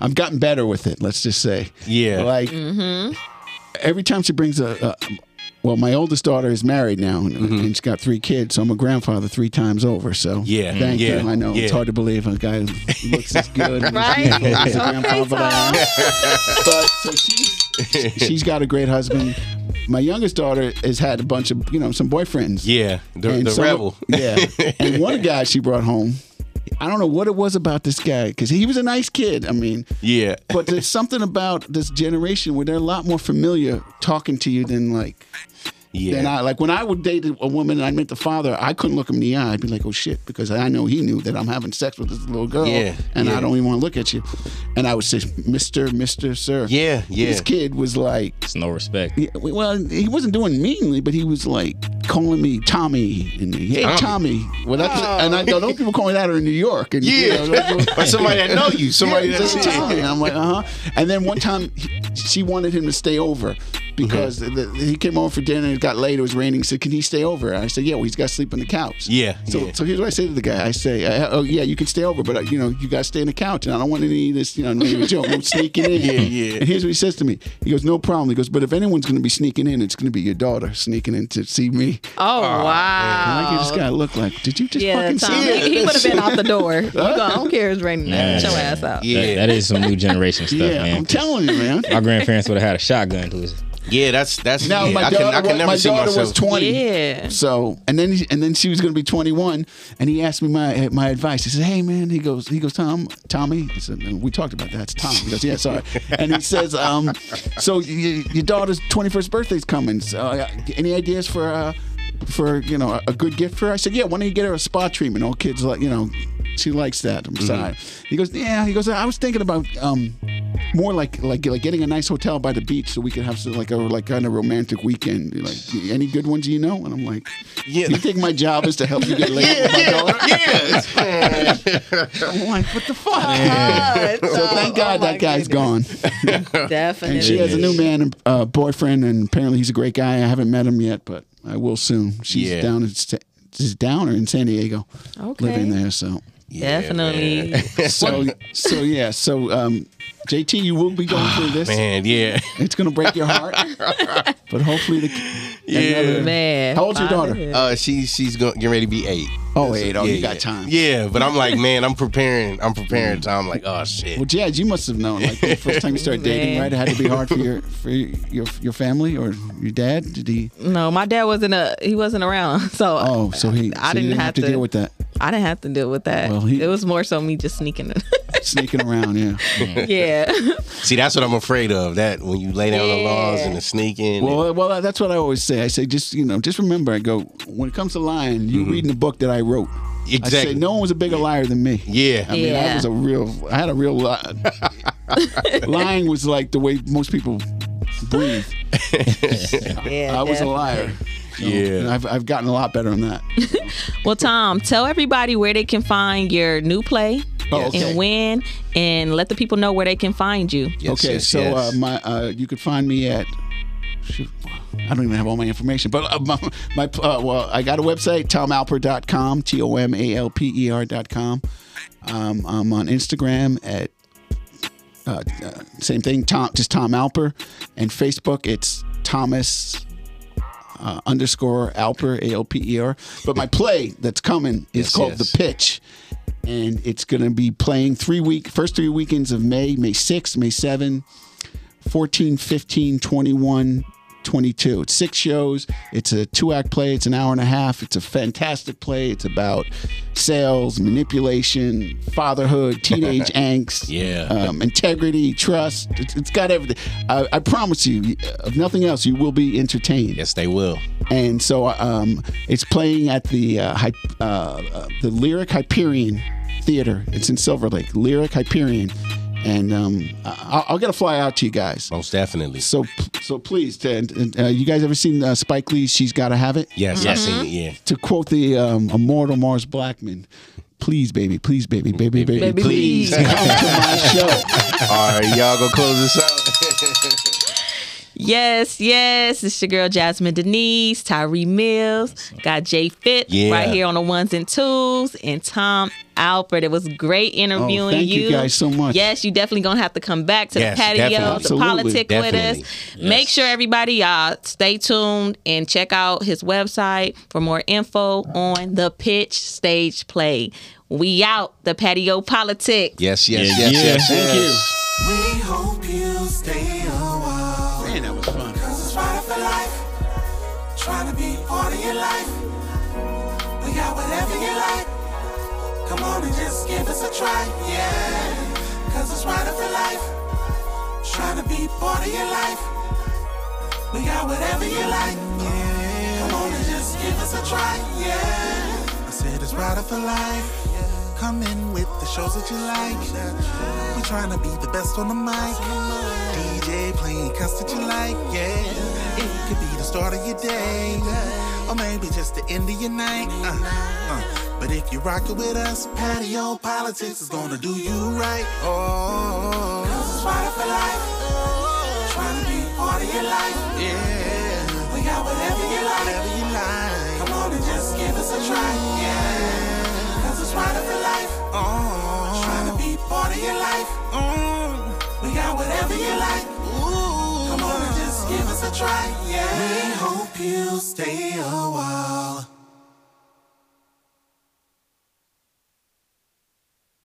I've gotten better with it. Let's just say,
Yeah.
Like every time she brings a, a well, my oldest daughter is married now, and,
Mm-hmm.
and she's got three kids. So I'm a grandfather three times over. So
Yeah.
thank
Yeah.
him. I know
Yeah.
it's hard to believe a guy who looks as good, and
Right?
as beautiful as a grandfather that I am.
Tom.
but so she's she's got a great husband. My youngest daughter has had a bunch of you know some boyfriends.
Yeah, the,
And
the
some-
rebel.
Yeah, and one guy she brought home. I don't know what it was about this guy because he was a nice kid. I mean,
Yeah,
but there's something about this generation where they're a lot more familiar talking to you than like
yeah.
than I like when I would date a woman and I met the father, I couldn't look him in the eye. I'd be like, oh shit, because I know he knew that I'm having sex with this little girl
Yeah,
and
yeah.
I don't even want to look at you. And I would say, Mr. Mr. Sir.
Yeah, yeah.
This kid was like,
It's no respect.
yeah, well, he wasn't doing meanly, but he was like calling me Tommy and hey Tommy. Well, that's and I know those people calling that are in New York and you
Yeah.
know, those-
or somebody that know you, somebody
yeah,
that
he's
see
"Uh-huh." like, "Tommy." And I'm like, uh huh. And then one time, he, she wanted him to stay over, because
Mm-hmm.
the, the- he came over for dinner. It got late. It was raining. He said, "Can he stay over?" And I said, "Yeah." Well, he's got to sleep on the couch.
Yeah,
So,
yeah.
so here's what I say to the guy. I say, I- "Oh yeah, you can stay over, but uh, you know you got to stay on the couch, and I don't want any of this, you know, negative joke. I'm sneaking in." Yeah,
yeah.
And here's what he says to me. He goes, "No problem." He goes, "But if anyone's going to be sneaking in, it's going to be your daughter sneaking in to see me."
Oh,
And I
wow.
give this guy a look like, "Did you just
Yeah,
fucking
Tom.
say that?"
He, would have been out the door. You go, I don't care. It's raining.
Yeah.
now. Get your ass out.
That-
Yeah,
that is some new generation stuff,
Yeah,
man.
I'm telling you, man.
My grandparents would have had a shotgun to his.
yeah, that's that's.
Now
yeah,
my
I
daughter,
can, I can
wa-
never
my
see
daughter
myself.
was 20.
Yeah.
So and then he- and then she was going to be 21, and he asked me my my advice. He said, "Hey man," he goes, he goes, Tom, Tommy. I said, "No, we talked about that. It's Tom. He goes, "Yeah, sorry." and he says, um, "So y- y- your daughter's 21st birthday's coming. So uh, any ideas for uh, for you know a, a good gift for her?" I said, "Yeah. Why don't you get her a spa treatment? All kids like you know." She likes that.
Mm-hmm.
I'm sorry. He goes, yeah. He goes. I was thinking about um, more like like like getting a nice hotel by the beach so we could have some, like a like kind of romantic weekend. Like any good ones you know? And I'm like,
Yeah.
You think my job is to help you get laid? with my daughter?
yeah,
I'm like, what the fuck?
God,
So oh thank God
Oh
that guy's gone.
gone. Definitely.
And she has a
Goodness.
new man, and, uh, boyfriend, and apparently he's a great guy. I haven't met him yet, but I will soon. She's
Yeah.
down in Sa- she's down or in San Diego,
Okay.
living there. So
Yeah,
Definitely.
man.
so so yeah. So um, JT, you will be going
Ah,
through this.
Man, yeah.
It's gonna break your heart, but hopefully the
Yeah.
Man.
How old's your
Father
daughter?
is-
Uh, she she's going getting ready to be eight.
Oh, eight. Oh,
yeah,
you got
yeah.
time. Mm.
Yeah, but I'm like, man, I'm preparing. I'm preparing. Time. I'm like, oh shit.
Well, Jazz, you must have known like the first time you started dating,
Man.
right? It had to be hard for your for your your family or your dad. Did he?
No, my dad wasn't a he wasn't around. So
Oh, so he.
I
so you
didn't have
to,
to-
deal with that
I didn't have to deal with that.
Well, he-
it was more so me just sneaking in.
sneaking around. Yeah.
yeah.
See, that's what I'm afraid of. That when you lay down the laws
Yeah.
and the sneaking. and-
Well, well, that's what I always say. I say just you know, just remember. I go when it comes to lying, you're reading the book that I wrote. I
Mm-hmm. Exactly.
say no one was a bigger liar than me.
yeah.
I mean, I
Yeah.
was a real. I had a real lie. lying was like the way most people breathe.
Yeah,
I was
definitely.
a liar. So,
Yeah.
and I've I've gotten a lot better on that.
Well, Tom, tell everybody where they can find your new play
Oh, okay.
and when, and let the people know where they can find you.
Yes,
okay,
yes,
so
yes.
Uh, my uh, you could find me at. shoot, I don't even have all my information, but uh, my, my uh, well, I got a website, tomalper.com, T O M A L P E R.com. Um, I'm on Instagram at uh, uh, same thing, Tom, just Tom Alper, and Facebook it's Thomas uh, underscore Alper A L P E R. But my play that's coming is
Yes,
called
yes.
The Pitch, and it's going to be playing three week first three weekends of May, May 6th, May 7th, 14, 15, 21, 22. It's six shows. It's a two act play. It's an hour and a half. It's a fantastic play. It's about sales, manipulation, fatherhood, teenage angst,
Yeah.
um, integrity, trust. It's, it's got everything. I, I promise you, if nothing else, you will be entertained
yes, they will.
and so um, it's playing at the uh, Hy- uh, uh, the Lyric Hyperion Theater. It's in Silver Lake, Lyric Hyperion, and um, I- I'll, I'll get a fly out to you guys.
Most definitely.
So so please, t- and, uh, you guys ever seen uh, Spike Lee's She's Gotta Have It?
Yes, I've seen it. Yeah.
To quote the um, immortal Mars Blackman. Please, baby, please, baby, baby, baby,
baby,
please,
please."
come to my show.
All right, y'all gonna close this out.
Yes, yes. It's your girl Jasmine Denise, Tyree Mills, got Jay Fit
Yeah.
right here on the ones and twos, and Tom Alpert. It was great interviewing
Oh, thank you guys so much.
Yes, you definitely gonna have to come back to
Yes,
the patio
definitely.
to
Absolutely,
politic with us.
definitely.
Make sure everybody y'all stay tuned and check out his website for more info on the pitch stage play. We out the patio politics.
Yes, yes,
Yeah,
yes,
yeah.
yes.
Thank
yes.
you.
We hope you stay a while.
Man, that was fun.
Cause it's right for life. Trying to be part of your life. We got whatever you like. Come on and just give us a try. Yeah. Cause it's right for life. Trying to be part of your life. We got whatever you like. Come on and just give us a try. Yeah. I said it's right for life. Come in with the shows that you like. We trying to be the best on the mic. DJ playing cuts that you like, yeah. It could be the start of your day, or maybe just the end of your night. Uh, uh. But if you rock it with us, patio politics is gonna do you right. Oh, 'Cause it's right for life. Tryna be part of your life. Yeah. We got whatever you like. Come on and just give us a try. Yeah. Cause it's right up for life. Oh. Trying to be part of your life. Uh-huh. We got whatever you like. Come on and just give us a try. Yeah. We hope you stay a while.